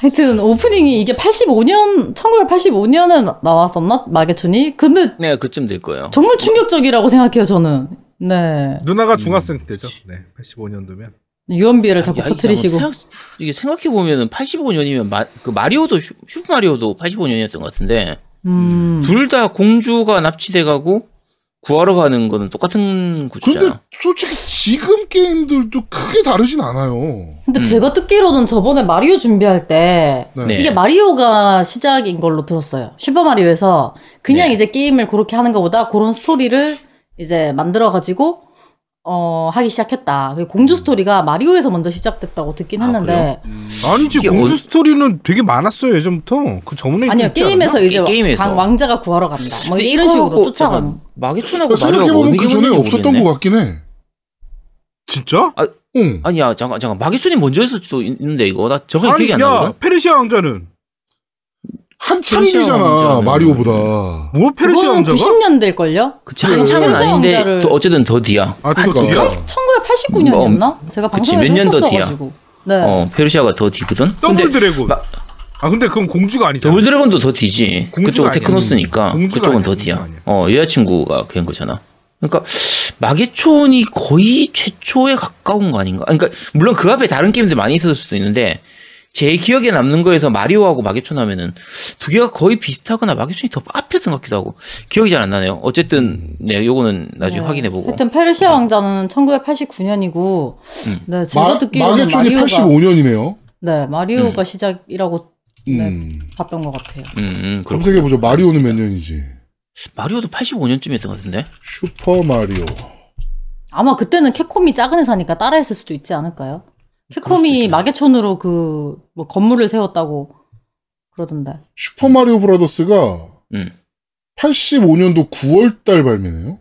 S4: 하여튼 오프닝이 이게 85년 1985년에 나왔었나 마게촌이? 근데
S3: 네, 그쯤 될 거예요.
S4: 정말 충격적이라고 생각해요 저는. 네
S2: 누나가 중학생 때죠. 네. 85년도면.
S4: 유언비를 자꾸
S3: 야, 이거
S4: 퍼뜨리시고
S3: 생각, 이게 생각해 보면은 85년이면 마, 그 마리오도 슈- 슈퍼 마리오도 85년이었던 것 같은데
S4: 음.
S3: 둘 다 공주가 납치돼 가고 구하러 가는 거는 똑같은
S1: 근데
S3: 구조잖아.
S1: 솔직히 지금 게임들도 크게 다르진 않아요.
S4: 근데
S3: 음.
S4: 제가 듣기로는 저번에 마리오 준비할 때
S1: 네.
S3: 네.
S4: 이게 마리오가 시작인 걸로 들었어요. 슈퍼 마리오에서 그냥
S3: 네.
S4: 이제 게임을 그렇게 하는 것보다 그런 스토리를 이제 만들어 가지고 어 하기 시작했다. 그 공주 스토리가 마리오에서 먼저 시작됐다고 듣긴
S3: 아,
S4: 했는데
S2: 아니지
S3: 이게
S2: 공주
S3: 어디-
S2: 스토리는 되게 많았어요 예전부터 그 전문에
S4: 아니요 게임에서 이제
S3: 게- 게임에서.
S4: 강 왕자가 구하러 간다. 뭐
S3: 근데
S4: 이런 식으로
S3: 이거하고
S4: 쫓아가는.
S3: 약간 마기촌하고
S1: 그러니까
S3: 마리오가 어느
S1: 생각해보면
S3: 게
S1: 그 전에
S3: 맞는지
S1: 없었던
S3: 모르겠네.
S1: 것 같긴 해.
S2: 진짜?
S1: 응.
S3: 아니야 잠깐 잠깐 마기촌이 먼저 했을지도 있는데 이거 나 정확히
S2: 아니
S3: 기억이 안
S2: 야
S3: 나거든.
S2: 페르시아 왕자는
S1: 한참
S3: 페르시아
S1: 뒤잖아,
S3: 왕자는.
S1: 마리오보다.
S2: 뭐 페르시아
S4: 그거는
S2: 왕자가?
S4: 90년대일 걸요?
S3: 그치 한창은
S4: 페르시아
S3: 아닌데
S4: 왕자를-
S3: 더- 어쨌든 더 뒤야.
S2: 아 그거
S1: 아니,
S2: 뒤야?
S4: 1989년이었나? 제가
S3: 그치,
S4: 방송에서
S3: 몇년 더 뒤야.
S4: 했었어가지고. 네.
S3: 어 페르시아가 더 뒤거든.
S2: 더블 드래곤.
S3: 마-
S2: 아 근데 그건 공주가 아니잖아.
S3: 더블 드래곤도 네, 더 뒤지.
S2: 공주가
S3: 그쪽은
S2: 아니야.
S3: 테크노스니까
S2: 공주가
S3: 그쪽은
S2: 아니야,
S3: 더
S2: 공주가
S3: 뒤야.
S2: 아니야.
S3: 어 여자친구가 그런 거잖아. 그러니까 마계촌이 거의 최초에 가까운 거 아닌가? 그러니까 물론 그 앞에 다른 게임들 많이 있었을 수도 있는데 제 기억에 남는 거에서 마리오하고 마계촌 하면은 두 개가 거의 비슷하거나 마계촌이 더 앞이었던 것 같기도 하고 기억이 잘 안 나네요. 어쨌든 네 요거는 나중에
S4: 네.
S3: 확인해보고.
S4: 하여튼 페르시아 왕자는 1989년이고
S3: 음.
S4: 네 제가 듣기로는
S1: 마계촌이
S4: 마리오가
S1: 85년이네요.
S4: 네 마리오가 시작이라고
S1: 음.
S4: 네. 봤던 것 같아요.
S3: 음, 음 그럼
S1: 검색해보죠. 마리오는 몇 년이지?
S3: 마리오도 85년쯤이었던 것 같은데.
S1: 슈퍼 마리오.
S4: 아마 그때는 캡콤이 작은 회사니까 따라했을 수도 있지 않을까요? 캡콤이 마계촌으로 그 뭐 건물을 세웠다고 그러던데.
S1: 슈퍼 마리오 브라더스가
S3: 음.
S1: 85년도 9월달 발매네요.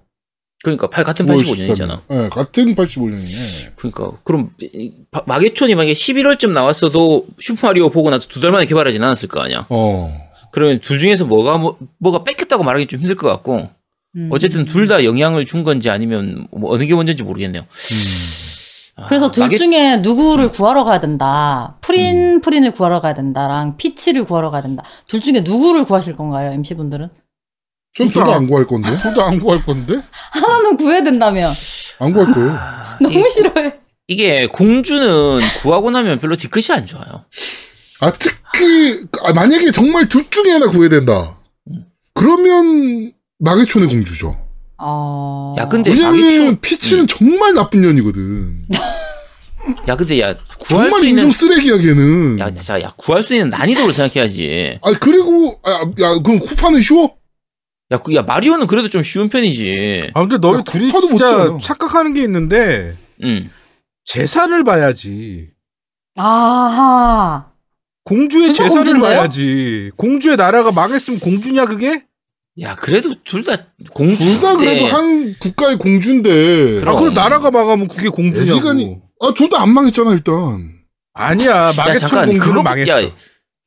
S3: 그러니까 팔
S2: 뭐
S3: 같은
S1: 9월
S3: 85년이잖아.
S1: 13일. 네, 같은 85년이네.
S3: 그러니까 그럼 이- 바- 마계촌이 만약에 11월쯤 나왔어도 슈퍼마리오 보고 나서 두 달 만에 개발하진 않았을 거 아니야.
S1: 어.
S3: 그러면 둘 중에서 뭐가 뭐, 뭐가 뺏겼다고 말하기 좀 힘들 것 같고
S4: 음.
S3: 어쨌든 둘 다 영향을 준 건지 아니면 뭐 어느 게 먼저인지 모르겠네요.
S1: 음.
S3: 아,
S4: 그래서 둘
S3: 마계-
S4: 중에 누구를 구하러 가야 된다. 프린
S3: 음.
S4: 프린을 구하러 가야 된다랑 피치를 구하러 가야 된다. 둘 중에 누구를 구하실 건가요, MC 분들은?
S1: 전
S4: [LAUGHS]
S1: 둘 다 안 구할 건데?
S2: 저도 안 구할 건데.
S4: 하나는 구해야 된다며.
S1: 안 구할 거예요.
S3: 아, 이-
S4: 너무 싫어해.
S3: 이게 공주는 구하고 나면 별로 뒤끝이 안 좋아요.
S1: 아, 특히, 아, 만약에 정말 둘 중에 하나 구해야 된다.
S3: 음.
S1: 그러면, 마계촌의 공주죠.
S4: 어.
S3: 아. 야 근데 네.
S1: 왜냐면,
S3: 마계촌
S1: 은 피치는 정말 나쁜 년이거든.
S3: 야 근데 야 구할
S1: 정말
S3: 수
S1: 인종
S3: 있는
S1: 쓰레기야, 걔는.
S3: 야, 자, 야 구할 수 있는 난이도를 생각해야지.
S1: 아, 그리고, 아, 야, 그럼 쿠파는 쉬워?
S3: 야, 그- 야 마리오는 그래도 좀 쉬운 편이지.
S2: 아 근데
S1: 야,
S2: 너희 둘이
S1: 쿠파도 못
S2: 진짜
S1: 지어요.
S2: 착각하는 게 있는데
S3: 음.
S2: 재산을 봐야지.
S4: 아하.
S2: 공주의
S4: 진짜
S2: 재산을
S4: 공주인가요?
S2: 봐야지. 공주의 나라가 망했으면 공주냐 그게?
S3: 야, 그래도 둘 다 공주.
S1: 둘 다 그래도 한 국가의 공주인데.
S3: 음, 네. 그럼.
S2: 아 그럼 나라가 망하면 그게 공주냐고.
S1: 시간이- 아, 둘 다 안 망했잖아, 일단.
S2: 아니야 마계촌 공주는 망했어.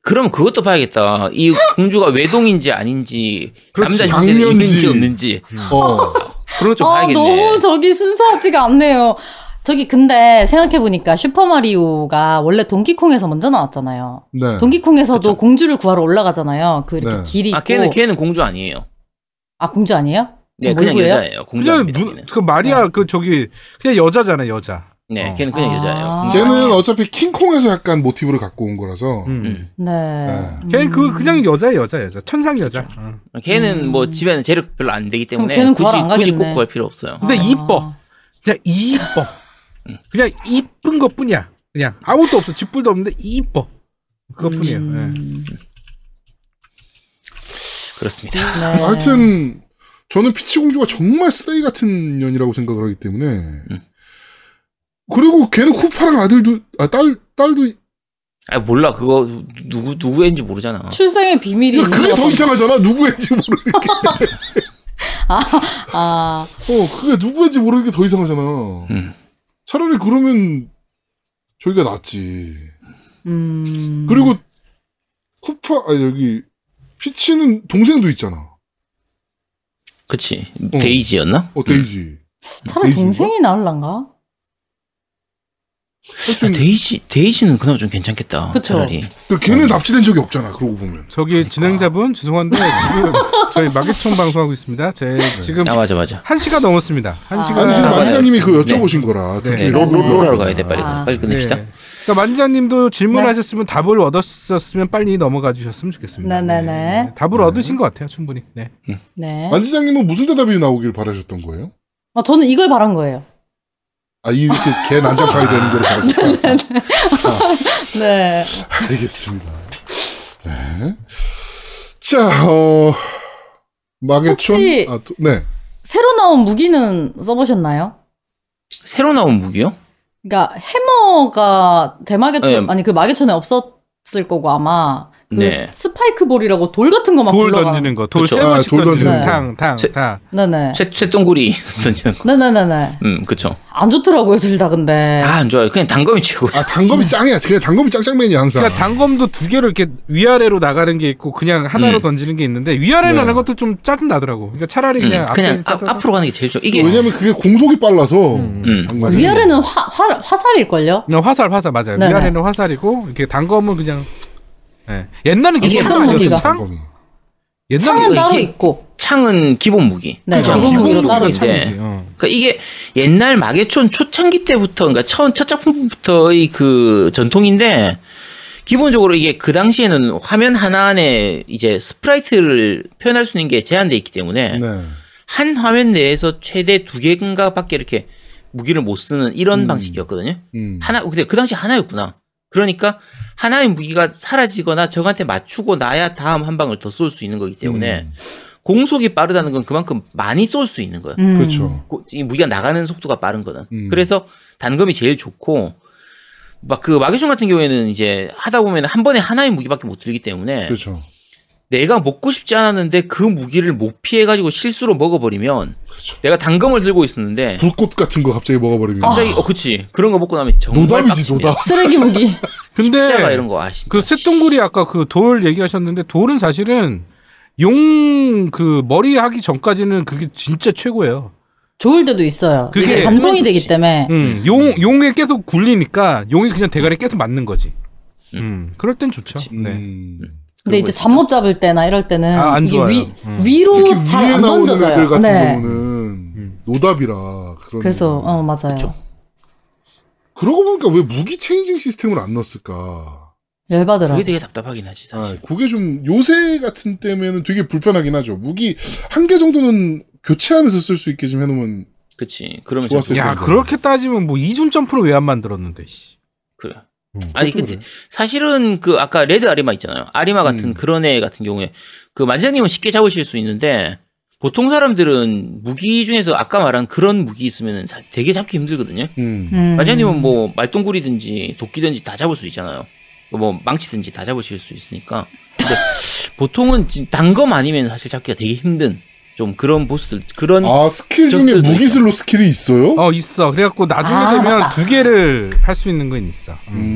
S3: 그럼 그것도 봐야겠다. 이 공주가 외동인지 아닌지,
S1: 그렇지,
S3: 남자 형제는
S1: 장녀인지.
S3: 있는지 없는지
S1: 어.
S3: 그런 거 좀
S4: 아,
S3: 봐야겠네.
S4: 너무 저기 순수하지가 않네요. 저기 근데 생각해보니까 슈퍼마리오가 원래 동키콩에서 먼저 나왔잖아요.
S1: 네.
S4: 동키콩에서도
S3: 그쵸.
S4: 공주를 구하러 올라가잖아요. 그 이렇게
S1: 네.
S4: 길이 있고.
S3: 아, 걔는 걔는 공주 아니에요.
S4: 아, 어, 공주 아니에요?
S3: 네,
S4: 저
S3: 그냥
S4: 몰고예요?
S3: 여자예요. 공주
S2: 그냥
S3: 아닙니다.
S2: 누,
S3: 걔는.
S2: 그 마리아 그 저기 그냥 여자잖아 여자.
S3: 네,
S2: 어.
S3: 걔는 그냥
S4: 아.
S3: 여자예요. 공주
S1: 걔는
S3: 아니에요.
S1: 어차피 킹콩에서 약간 모티브를 갖고 온 거라서.
S2: 음.
S3: 음.
S4: 네.
S1: 네.
S2: 걔는 그
S4: 음.
S2: 그냥 여자 여자 여자 천상 여자. 응.
S3: 걔는
S4: 음.
S3: 뭐 집에는 재력 별로 안 되기 때문에
S4: 그럼 걔는 구하러
S3: 굳이
S4: 안
S3: 굳이
S4: 가겠네.
S3: 꼭 구할 필요 없어요.
S2: 근데
S4: 아.
S2: 이뻐. 그냥 이뻐. 그냥 이쁜 것 뿐이야. 그냥 아무것도 없어. 집불도 없는데 이뻐. 그것뿐이에요. 예.
S4: 음.
S3: 그렇습니다.
S4: 네.
S1: 하여튼 저는 피치 공주가 정말 쓰레기 같은 년이라고 생각을 하기 때문에
S3: 음.
S1: 그리고 걔는 쿠파랑 아들도 아 딸 딸도
S3: 아 몰라 그거 누구 누구인지 모르잖아.
S4: 출생의 비밀이
S1: 그러니까 그게
S4: 있는 것
S1: 더 이상하잖아 누구인지 모르
S4: 같- 아,
S1: 어 그게 누구인지 모르는 게 더 이상하잖아
S3: 음.
S1: 차라리 그러면 저희가 낫지
S4: 음.
S1: 그리고 쿠파 아 여기 피치는 동생도 있잖아
S3: 그치 데이지였나?
S1: 어 데이지
S4: 차라리
S1: 데이지인가?
S4: 동생이 나을란가?
S3: 아,
S1: 하여튼
S3: 데이지 데이지는 그나마 좀 괜찮겠다.
S4: 그쵸.
S3: 차라리
S1: 그
S3: 음.
S1: 걔는 납치된 적이 없잖아 그러고 보면
S2: 저기 진행자분 죄송한데 [LAUGHS] 지금 저희 마계총 방송하고 있습니다. 제 지금
S3: 아 맞아 맞아.
S2: 한 시가 넘었습니다. 한
S4: 아.
S2: 시간
S1: 아니 지금
S3: 아, 맞아요.
S1: 마지사님이 그
S3: 네.
S1: 여쭤보신 거라
S2: 네.
S1: 둘
S3: 네,
S1: 중에
S3: 롤,
S1: 러브
S3: 롤,
S1: 러브
S3: 롤하러 가야 돼 빨리
S4: 아.
S3: 빨리 끝냅시다.
S2: 네. 그러니까 만지자님도 질문하셨으면 답을 얻었었으면 빨리 넘어가 주셨으면 좋겠습니다. 예.
S4: 네네네.
S2: 답을 얻으신 것 같아요, 충분히. 네.
S4: 네.
S1: 만지장님은 무슨 대답이 나오길 바라셨던 거예요?
S4: 어, 저는 이걸 바란 거예요.
S1: 아 이렇게 개 난장판이 되는 걸 바라셨다.
S4: 네.
S1: 알겠습니다. 네. 자, 어 망해촌.
S4: 혹시-
S1: 아, 또- 네.
S4: 새로 나온 무기는 써보셨나요?
S3: 새로 나온 무기요?
S4: 그러니까 해머가 대마개천
S3: 네.
S4: 아니 그 마개천에 없었을 거고 아마 그
S3: 네.
S4: 스- 스파이크 볼이라고 돌 같은 거 막
S2: 돌
S4: 굴러가는-
S2: 던지는 거, 돌
S3: 그쵸.
S2: 세
S1: 아,
S2: 번씩
S1: 돌
S2: 던지는
S4: 던지는
S2: 거,
S4: 거.
S2: 탕, 탕,
S3: 쇠-
S2: 탕.
S4: 네네.
S3: 쇠 쇠똥구리 [LAUGHS] 던지는 거.
S4: 네네네네.
S3: 음 그쵸.
S4: 안 좋더라고요 둘 다 근데.
S3: 다 안 좋아요. 그냥
S1: [LAUGHS]
S3: 단검이 최고야.
S1: 아
S4: 음.
S1: 단검이 짱이야. 그냥 단검이 짱짱맨이야 항상.
S2: 그러니까 단검도 두 개로 이렇게 위아래로 나가는 게 있고 그냥 하나로
S3: 음.
S2: 던지는 게 있는데 위아래로
S1: 네.
S2: 나가는 것도 좀 짜증 나더라고. 그러니까 차라리 그냥
S3: 음,
S2: 앞에
S3: 그냥
S2: 따다다-
S3: 앞, 으로 가는 게 제일 좋아. 이게
S1: 왜냐면 그게 공속이 빨라서.
S3: 음.
S1: 장관이.
S4: 위아래는 화, 화 화살일 걸요.
S2: 그냥 화살 화살 맞아요.
S4: 네네.
S2: 위아래는 화살이고 이렇게 단검은 그냥 예. 옛날에
S3: 이게
S2: 이게
S4: 무슨 무기가?
S2: 창?
S1: 단검이.
S2: 옛날에
S4: 창은
S3: 이게-
S4: 따로 있고.
S3: 창은 기본 무기.
S4: 네,
S3: 그쵸?
S4: 기본 무기로 따로
S2: 이
S4: 있고.
S3: 무기인데.
S2: 어.
S3: 그러니까 이게 옛날 마계촌 초창기 때부터, 그러니까 처음 첫 작품부터의 그 전통인데, 기본적으로 이게 그 당시에는 화면 하나 안에 이제 스프라이트를 표현할 수 있는 게 제한돼 있기 때문에
S1: 네.
S3: 한 화면 내에서 최대 두 개인가밖에 이렇게 무기를 못 쓰는 이런 방식이었거든요.
S1: 음.
S3: 하나 근데 그 당시 하나였구나. 그러니까 하나의 무기가 사라지거나 적한테 맞추고 나야 다음 한 방을 더 쏠 수 있는 거기 때문에
S1: 음.
S3: 공속이 빠르다는 건 그만큼 많이 쏠 수 있는 거예요.
S4: 음.
S1: 그렇죠.
S3: 고- 이 무기가 나가는 속도가 빠른 거는.
S1: 음.
S3: 그래서 단검이 제일 좋고 막 그 마계션 같은 경우에는 이제 하다 보면 한 번에 하나의 무기밖에 못 들기
S4: 네.
S3: 때문에
S1: 그렇죠.
S3: 내가 먹고 싶지 않았는데 그 무기를 못 피해 가지고 실수로 먹어버리면
S1: 그렇죠.
S3: 내가 단검을 들고 있었는데
S1: 불꽃 같은 거 갑자기 먹어버리면
S3: 네.
S1: 아,
S3: 갑자기 어 그치 그런 거 먹고 나면 정말
S1: 노답이지
S3: 빡칩니다.
S1: 노답.
S4: 쓰레기 무기.
S3: 십자가
S2: 근데
S3: 이런 거 아시죠?
S2: 그 쇳덩굴이 아까 그 돌 얘기하셨는데 돌은 사실은 용 그 머리 하기 전까지는 그게 진짜 최고예요.
S4: 좋을 때도 있어요.
S2: 그게
S4: 이게 감동이
S3: 좋지.
S4: 되기 때문에.
S2: 음, 용 용에 계속 굴리니까 용이 그냥 대가리 계속 맞는 거지. 음, 그럴 땐 좋죠. 네.
S1: 음.
S4: 근데 이제 잠 못 잡을 때나 이럴 때는
S2: 아, 안
S4: 이게
S2: 좋아요.
S4: 위,
S2: 음.
S1: 특히
S4: 위로 잘
S1: 위에
S4: 안
S1: 나오는
S4: 던져져요.
S1: 애들 같은
S4: 네.
S2: 음.
S1: 경우는 노답이라 그런
S4: 그래서 어 맞아요.
S3: 그쵸.
S1: 그러고 보니까 왜 무기 체인징 시스템을 안 넣었을까?
S4: 열받으라.
S3: 그게 되게 답답하긴 하지
S1: 아,
S3: 사실.
S1: 그게 좀 요새 같은 때면은 되게 불편하긴 하죠. 무기 한 개 정도는 교체하면서 쓸 수 있게 좀 해놓으면
S3: 그치. 그러면
S1: 좋았을
S3: 좀-
S2: 야, 그렇게 따지면 뭐 이중 점프를 왜 안 만들었는데? 씨.
S3: 그래.
S2: 음,
S3: 아니
S1: 그것도
S3: 근데 사실은 그 아까 레드 아리마 있잖아요. 아리마 같은
S1: 음.
S3: 그런 애 같은 경우에 그 만지장님은 쉽게 잡으실 수 있는데 보통 사람들은 무기 중에서 아까 말한 그런 무기 있으면 되게 잡기 힘들거든요.
S1: 음.
S4: 음.
S3: 만지장님은 뭐 말똥구리든지 도끼든지 다 잡을 수 있잖아요. 뭐 망치든지 다 잡으실 수 있으니까.
S1: [LAUGHS]
S3: 근데 보통은 진- 단검 아니면 사실 잡기가 되게 힘든 좀 그런 보스들 그런
S1: 아 스킬 중에
S3: 저쪽에도 아,
S1: 무기
S3: 있다.
S1: 슬로 스킬이 있어요?
S2: 어, 있어. 그래갖고 나중에
S4: 아,
S2: 되면
S4: 맞다.
S2: 두 개를 할 수 있는 건 있어. 음.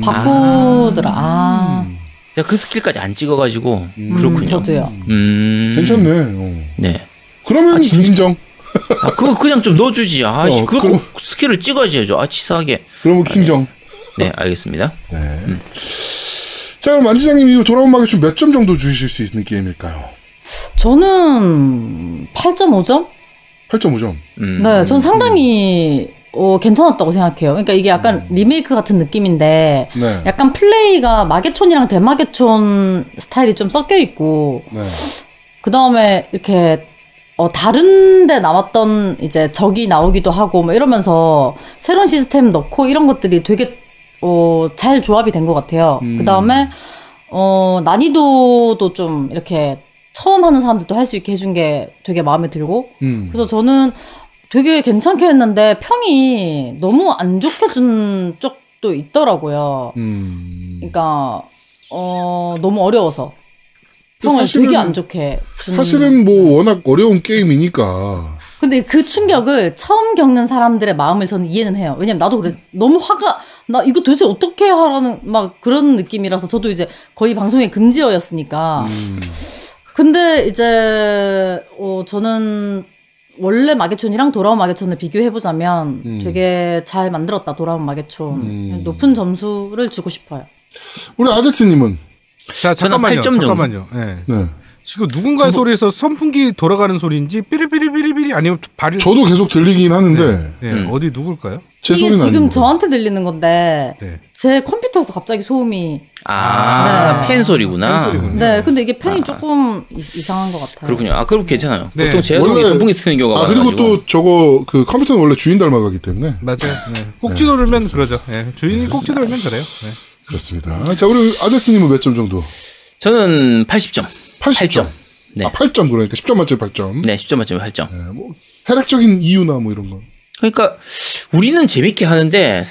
S1: 음.
S3: 뭐
S4: 바꾸더라. 아,
S3: 제가 그 스킬까지 안 찍어가지고
S1: 음,
S4: 음,
S3: 그렇군요.
S4: 저도요.
S3: 음.
S1: 괜찮네. 어.
S3: 네.
S1: 그러면
S3: 아, 진짜?
S1: 인정.
S3: 아, 그거 그냥 좀 넣어주지. 아,
S1: 어,
S3: 그거
S1: 그럼-
S3: 스킬을 찍어야지 해줘. 아, 치사하게.
S1: 그러면 킹정.
S3: 네, 알겠습니다.
S1: 네. 자 그럼 만지장님 이거 돌아온 마게 좀 몇 점 정도 주실 수 있는 게임일까요?
S4: 저는 8.5점?
S1: 8.5점.
S3: 음.
S4: 네, 전 상당히 어, 괜찮았다고 생각해요. 그러니까 이게
S3: 음.
S4: 약간 리메이크 같은 느낌인데
S1: 네.
S4: 약간 플레이가 마계촌이랑 대마계촌 스타일이 좀 섞여 있고
S1: 네.
S4: 그 다음에 이렇게 어, 다른데 나왔던 이제 적이 나오기도 하고 뭐 이러면서 새로운 시스템 넣고 이런 것들이 되게 어, 잘 조합이 된 것 같아요.
S1: 음.
S4: 그 다음에 어, 난이도도 좀 이렇게 처음 하는 사람들도 할 수 있게 해준 게 되게 마음에 들고
S1: 음.
S4: 그래서 저는 되게 괜찮게 했는데 평이 너무 안 좋게 준 쪽도 있더라고요.
S1: 음.
S4: 그러니까 어 너무 어려워서 평을
S1: 사실은-
S4: 되게 안 좋게 주는.
S1: 사실은 뭐 워낙 어려운 게임이니까.
S4: 근데 그 충격을 처음 겪는 사람들의 마음을 저는 이해는 해요. 왜냐면 나도 그래서 너무 화가 나 이거 도대체 어떻게 하라는 막 그런 느낌이라서 저도 이제 거의 방송의 금지어였으니까.
S1: 음.
S4: 근데 이제 어 저는 원래 마계촌이랑 돌아온 마계촌을 비교해 보자면
S1: 음.
S4: 되게 잘 만들었다 돌아온 마계촌
S1: 음.
S4: 높은 점수를 주고 싶어요.
S1: 우리 아제트님은
S2: 자
S3: 저는
S2: 잠깐만요.
S3: 8점 정도.
S2: 잠깐만요. 예.
S1: 네.
S2: 지금 누군가의 소리에서 선풍기 돌아가는 소리인지 삐리삐리삐리삐리 아니면 발이
S1: 저도 계속 들리긴 하는데
S2: 예,
S3: 음.
S2: 어디 누굴까요?
S1: 제
S4: 이게
S1: 소리는
S4: 지금
S1: 아니고.
S4: 저한테 들리는 건데
S2: 네.
S4: 제 컴퓨터에서 갑자기 소음이
S3: 아,
S4: 네.
S3: 팬 소리구나.
S2: 팬 소리군요.
S4: 네 근데 이게 팬이
S3: 아.
S4: 조금 이, 상한것 같아요.
S3: 그렇군요. 아, 그럼 괜찮아요.
S2: 네.
S3: 보통 제동이
S1: 원래-
S3: 선풍기 쓰는 경우가
S1: 아
S3: 많아가지고.
S1: 그리고 또 저거 그 컴퓨터는 원래 주인 닮아가기 때문에
S2: 맞아요.
S4: 네.
S2: 예. 꼭지 돌면 그러죠. 예. 주인이 꼭지 돌면 그래요. 예.
S1: 그렇습니다. 자 우리 아제트님은 몇 점 정도?
S3: 저는 80점.
S1: 80점.
S3: 8점. 네.
S1: 아 8점 그러니까 10점 만점에 8점.
S3: 네, 10점 맞점에 8점.
S1: 네, 뭐 혈액적인 이유나 뭐 이런 거.
S3: 그러니까 우리는 재밌게 하는데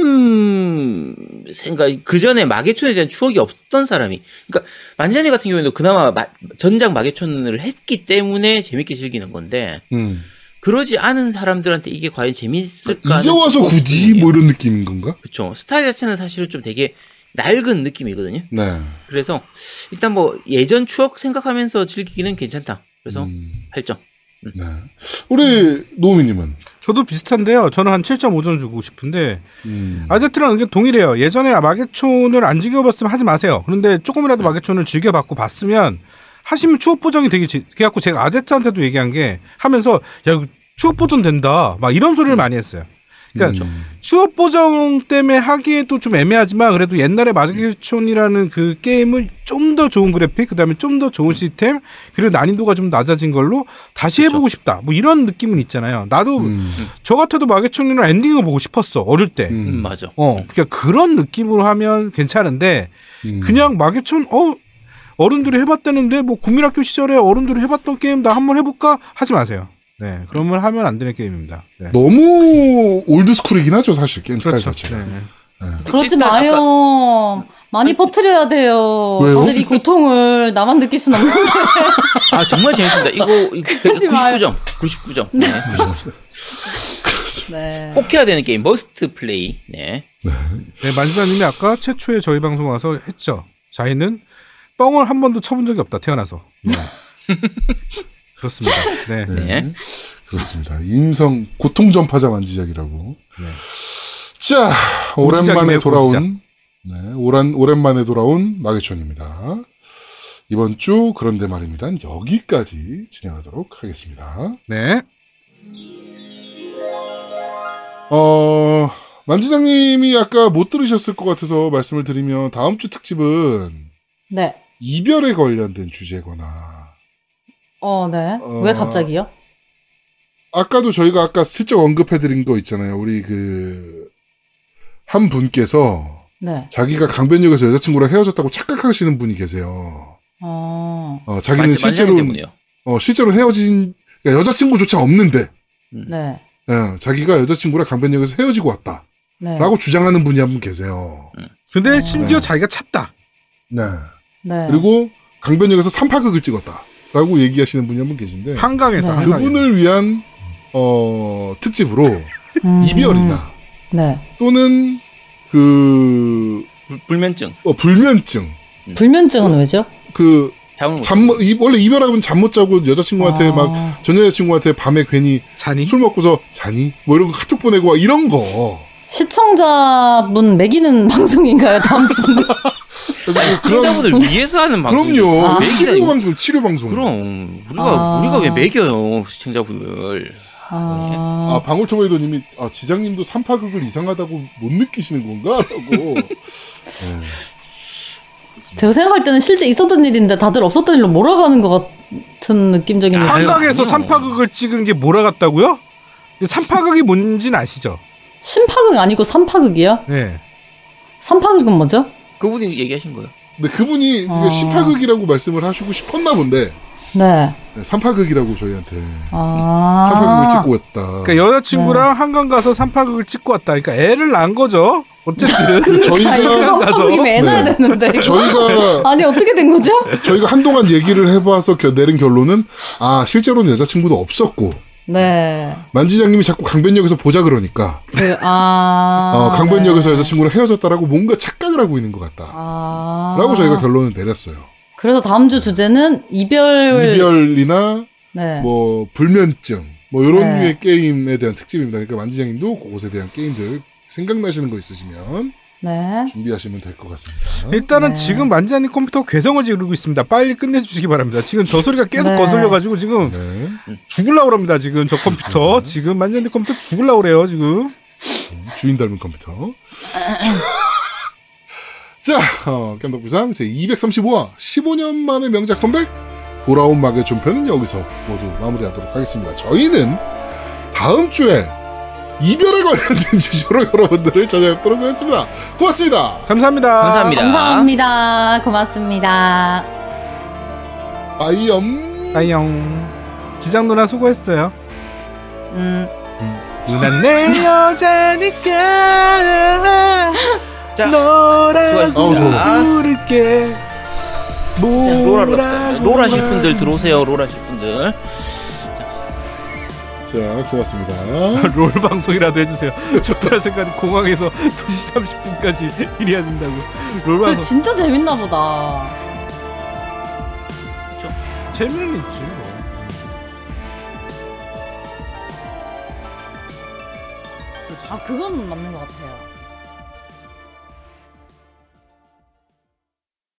S3: 요즘 생각 그 전에 마계촌에 대한 추억이 없던 사람이 그러니까 만찬이 같은 경우에도 그나마 마- 전작 마계촌을 했기 때문에 재밌게 즐기는 건데
S1: 음.
S3: 그러지 않은 사람들한테 이게 과연 재밌을까?
S1: 이제 와서 굳이
S3: 네.
S1: 뭐 이런 느낌인 건가?
S3: 그렇죠. 스타일 자체는 사실은 좀 되게 낡은 느낌이거든요.
S1: 네.
S3: 그래서 일단 뭐 예전 추억 생각하면서 즐기기는 괜찮다. 그래서
S1: 음,
S3: 8점.
S1: 네. 우리 노우미님은
S2: 저도 비슷한데요. 저는 한 7.5점 주고 싶은데
S1: 음.
S2: 아제트랑 의견 동일해요. 예전에 마계촌을 안 즐겨봤으면 하지 마세요. 그런데 조금이라도
S1: 네.
S2: 마계촌을 즐겨봤고 봤으면 하시면 추억 보정이 되게 지- 그래갖고 제가 아제트한테도 얘기한 게 하면서 야 이거 추억 보정 된다 막 이런
S1: 음.
S2: 소리를 많이 했어요. 그러니까 추억 보정 때문에 하기에도 좀 애매하지만 그래도 옛날에 마계촌이라는 그 게임을 좀 더 좋은 그래픽 그다음에 좀 더 좋은 시스템 그리고 난이도가 좀 낮아진 걸로 다시 해보고 싶다 뭐 이런 느낌은 있잖아요. 나도
S1: 음.
S2: 저 같아도 마계촌이랑 엔딩을 보고 싶었어 어릴 때.
S1: 음.
S3: 음, 맞아.
S2: 어, 그러니까 그런 느낌으로 하면 괜찮은데
S1: 음.
S2: 그냥 마계촌 어 어른들이 해봤다는데 뭐 국민학교 시절에 어른들이 해봤던 게임 나 한번 해볼까 하지 마세요. 네, 그러면 하면 안 되는 게임입니다. 네.
S1: 너무 올드스쿨이긴 하죠 사실 게임 스타일
S3: 그렇죠.
S1: 자체가.
S2: 네.
S4: 그러지
S3: 일단
S4: 마요. 많이 퍼뜨려야 돼요.
S1: 왜요?
S4: 다들 이 고통을 나만 느낄 순 없는데.
S3: 아 정말
S1: [LAUGHS]
S3: 재밌습니다. 이거
S4: 그러지 마요.
S3: 99점, 99점. 네. 99점.
S4: 네.
S3: 꼭 해야 되는 게임 머스트 플레이. 네.
S2: 네, 만지사님이 아까 최초에 저희 방송 와서 했죠. 자기는 뻥을 한 번도 쳐본 적이 없다 태어나서.
S1: [LAUGHS]
S2: 네. 그렇습니다. 네.
S3: 네.
S1: 그렇습니다. 인성 고통 전파자 만지작이라고.
S2: 네.
S1: 자, 오랜만에
S2: 고지작이네요,
S1: 돌아온 네, 오란 오랜만에 돌아온 마계촌입니다. 이번 주 그런데 말입니다. 여기까지 진행하도록 하겠습니다.
S2: 네.
S1: 어, 만지장님이 아까 못 들으셨을 것 같아서 말씀을 드리면 다음 주 특집은
S4: 네.
S1: 이별에 관련된 주제거나
S4: 어, 네.
S1: 어.
S4: 왜 갑자기요?
S1: 아까도 저희가 아까 슬쩍 언급해드린 거 있잖아요. 우리 그, 한 분께서
S4: 네.
S1: 자기가 강변역에서 여자친구랑 헤어졌다고 착각하시는 분이 계세요.
S4: 어,
S1: 어, 자기는
S3: 만지- 만지작
S1: 실제로,
S3: 때문에요.
S1: 어, 실제로 헤어진, 그러니까 여자친구조차 없는데,
S4: 네.
S1: 예, 자기가 여자친구랑 강변역에서 헤어지고 왔다.
S4: 네.
S1: 라고 주장하는 분이 한 분 계세요. 아,
S2: 근데 심지어 자기가 찼다.
S1: 네.
S4: 네.
S1: 그리고 강변역에서 삼파극을 찍었다. 라고 얘기하시는 분이 한 분 계신데,
S2: 한강에서.
S4: 네.
S2: 한강에서.
S1: 그분을 위한, 어, 특집으로
S4: 음.
S1: 이별이나
S4: 네.
S1: 또는 그,
S3: 불- 불면증.
S1: 어, 불면증.
S4: 불면증은 왜죠?
S1: 그,
S3: 잠을 못.
S1: 잠, 못- 이, 원래 이별하면 잠 못 자고 여자친구한테
S4: 아.
S1: 막, 전 여자친구한테 밤에 괜히
S2: 산이.
S1: 술 먹고서 자니? 뭐 이런 거 카톡 보내고 막 이런 거.
S4: 시청자분 매기는 [LAUGHS] 방송인가요? 다음
S1: [LAUGHS]
S4: 주는.
S1: 그래서
S3: 아니,
S1: 그런-
S3: 시청자분들 위해서 하는 방송.
S1: 그럼요.
S4: 아.
S1: 치료 방송, 치료 방송.
S3: 그럼 우리가
S4: 아.
S3: 우리가 왜 매겨요 시청자분들?
S1: 아,
S4: 아.
S1: 방울토마이도님이, 아, 지장님도 삼파극을 이상하다고 못 느끼시는 건가? [LAUGHS] 라고.
S4: 제가 생각할 때는 실제 있었던 일인데 다들 없었던 일로 몰아가는 것 같은 느낌적인
S3: 아. 아유,
S2: 한강에서
S3: 아니요.
S2: 삼파극을 찍은 게 몰아갔다고요? 삼파극이 뭔진 아시죠?
S4: 심파극 아니고 삼파극이요?
S2: 네.
S4: 삼파극은 뭐죠?
S3: 그분이 얘기하신 거예요.
S1: 근데 그분이
S4: 어.
S1: 18극이라고 말씀을 하시고 싶었나 본데
S4: 네.
S1: 네, 3파극이라고 저희한테
S4: 아.
S1: 3파극을 찍고 왔다.
S2: 그러니까 여자친구랑
S4: 네.
S2: 한강 가서 삼파극을 찍고 왔다. 그러니까 애를 낳은 거죠.
S4: [LAUGHS]
S2: 어쨌든
S4: 아, 이거
S1: 저희가
S4: 성공이면 애 낳아야
S1: 네.
S4: 되는데. 이거.
S1: 저희가
S4: 아니, 어떻게 된 거죠?
S1: 저희가 한동안 얘기를 해봐서 겨- 내린 결론은 아 실제로는 여자친구도 없었고
S4: 네.
S1: 만지장님이 자꾸 강변역에서 보자 그러니까
S4: 제, 아.
S1: 어, 강변역에서
S4: 네.
S1: 여자친구랑 헤어졌다라고 뭔가 착각을 하고 있는 것 같다.
S4: 아.
S1: 라고 저희가 결론을 내렸어요.
S4: 그래서 다음 주 주제는 이별.
S1: 이별이나
S4: 네.
S1: 뭐 불면증 뭐 이런
S4: 네.
S1: 류의 게임에 대한 특집입니다. 그러니까 만지장님도 그것에 대한 게임들 생각나시는 거 있으시면
S4: 네.
S1: 준비하시면 될 것 같습니다.
S2: 일단은
S4: 네.
S2: 지금 만지아님 컴퓨터 괴성을 지르고 있습니다. 빨리 끝내주시기 바랍니다. 지금 저 소리가 계속
S4: 네.
S2: 거슬려가지고 지금
S1: 네.
S2: 죽을라 그럽니다. 지금 저 컴퓨터 지금 만지아님 컴퓨터 죽을라 그래요. 지금
S1: 주인 닮은 컴퓨터. [LAUGHS] 자, 어, 깜덕부상 제235화 15년 만의 명작 컴백 돌아온 막의 종편은 여기서 모두 마무리하도록 하겠습니다. 저희는 다음 주에 이별에 관련된 [LAUGHS] 주제로 여러분들을 찾아뵙도록 하겠습니다. 고맙습니다.
S2: 감사합니다.
S3: 감사합니다.
S4: 감사합니다. 고맙습니다.
S1: 아이엄.
S2: 안녕. 지장 누나 수고했어요.
S4: 음.
S2: 누나 내 여자니까
S3: [LAUGHS] 자,
S2: 너라고
S3: 수고하셨습니다.
S2: 부를게.
S3: 자, 로라로 갑시다.
S2: 뭐라고
S3: 로라 실 분들
S2: 말해.
S3: 들어오세요. 로라 실 분들.
S1: 자, 고맙습니다.
S2: [LAUGHS] 롤 방송이라도 해주세요. [LAUGHS] 저별 생각은 공항에서 [LAUGHS] 2시 30분까지 [LAUGHS] 일해야 된다고. 롤
S4: 근데
S2: 방송
S4: 진짜 재밌나 보다.
S2: 재미는 있지. 뭐.
S4: 아, 그건 맞는 것 같아요.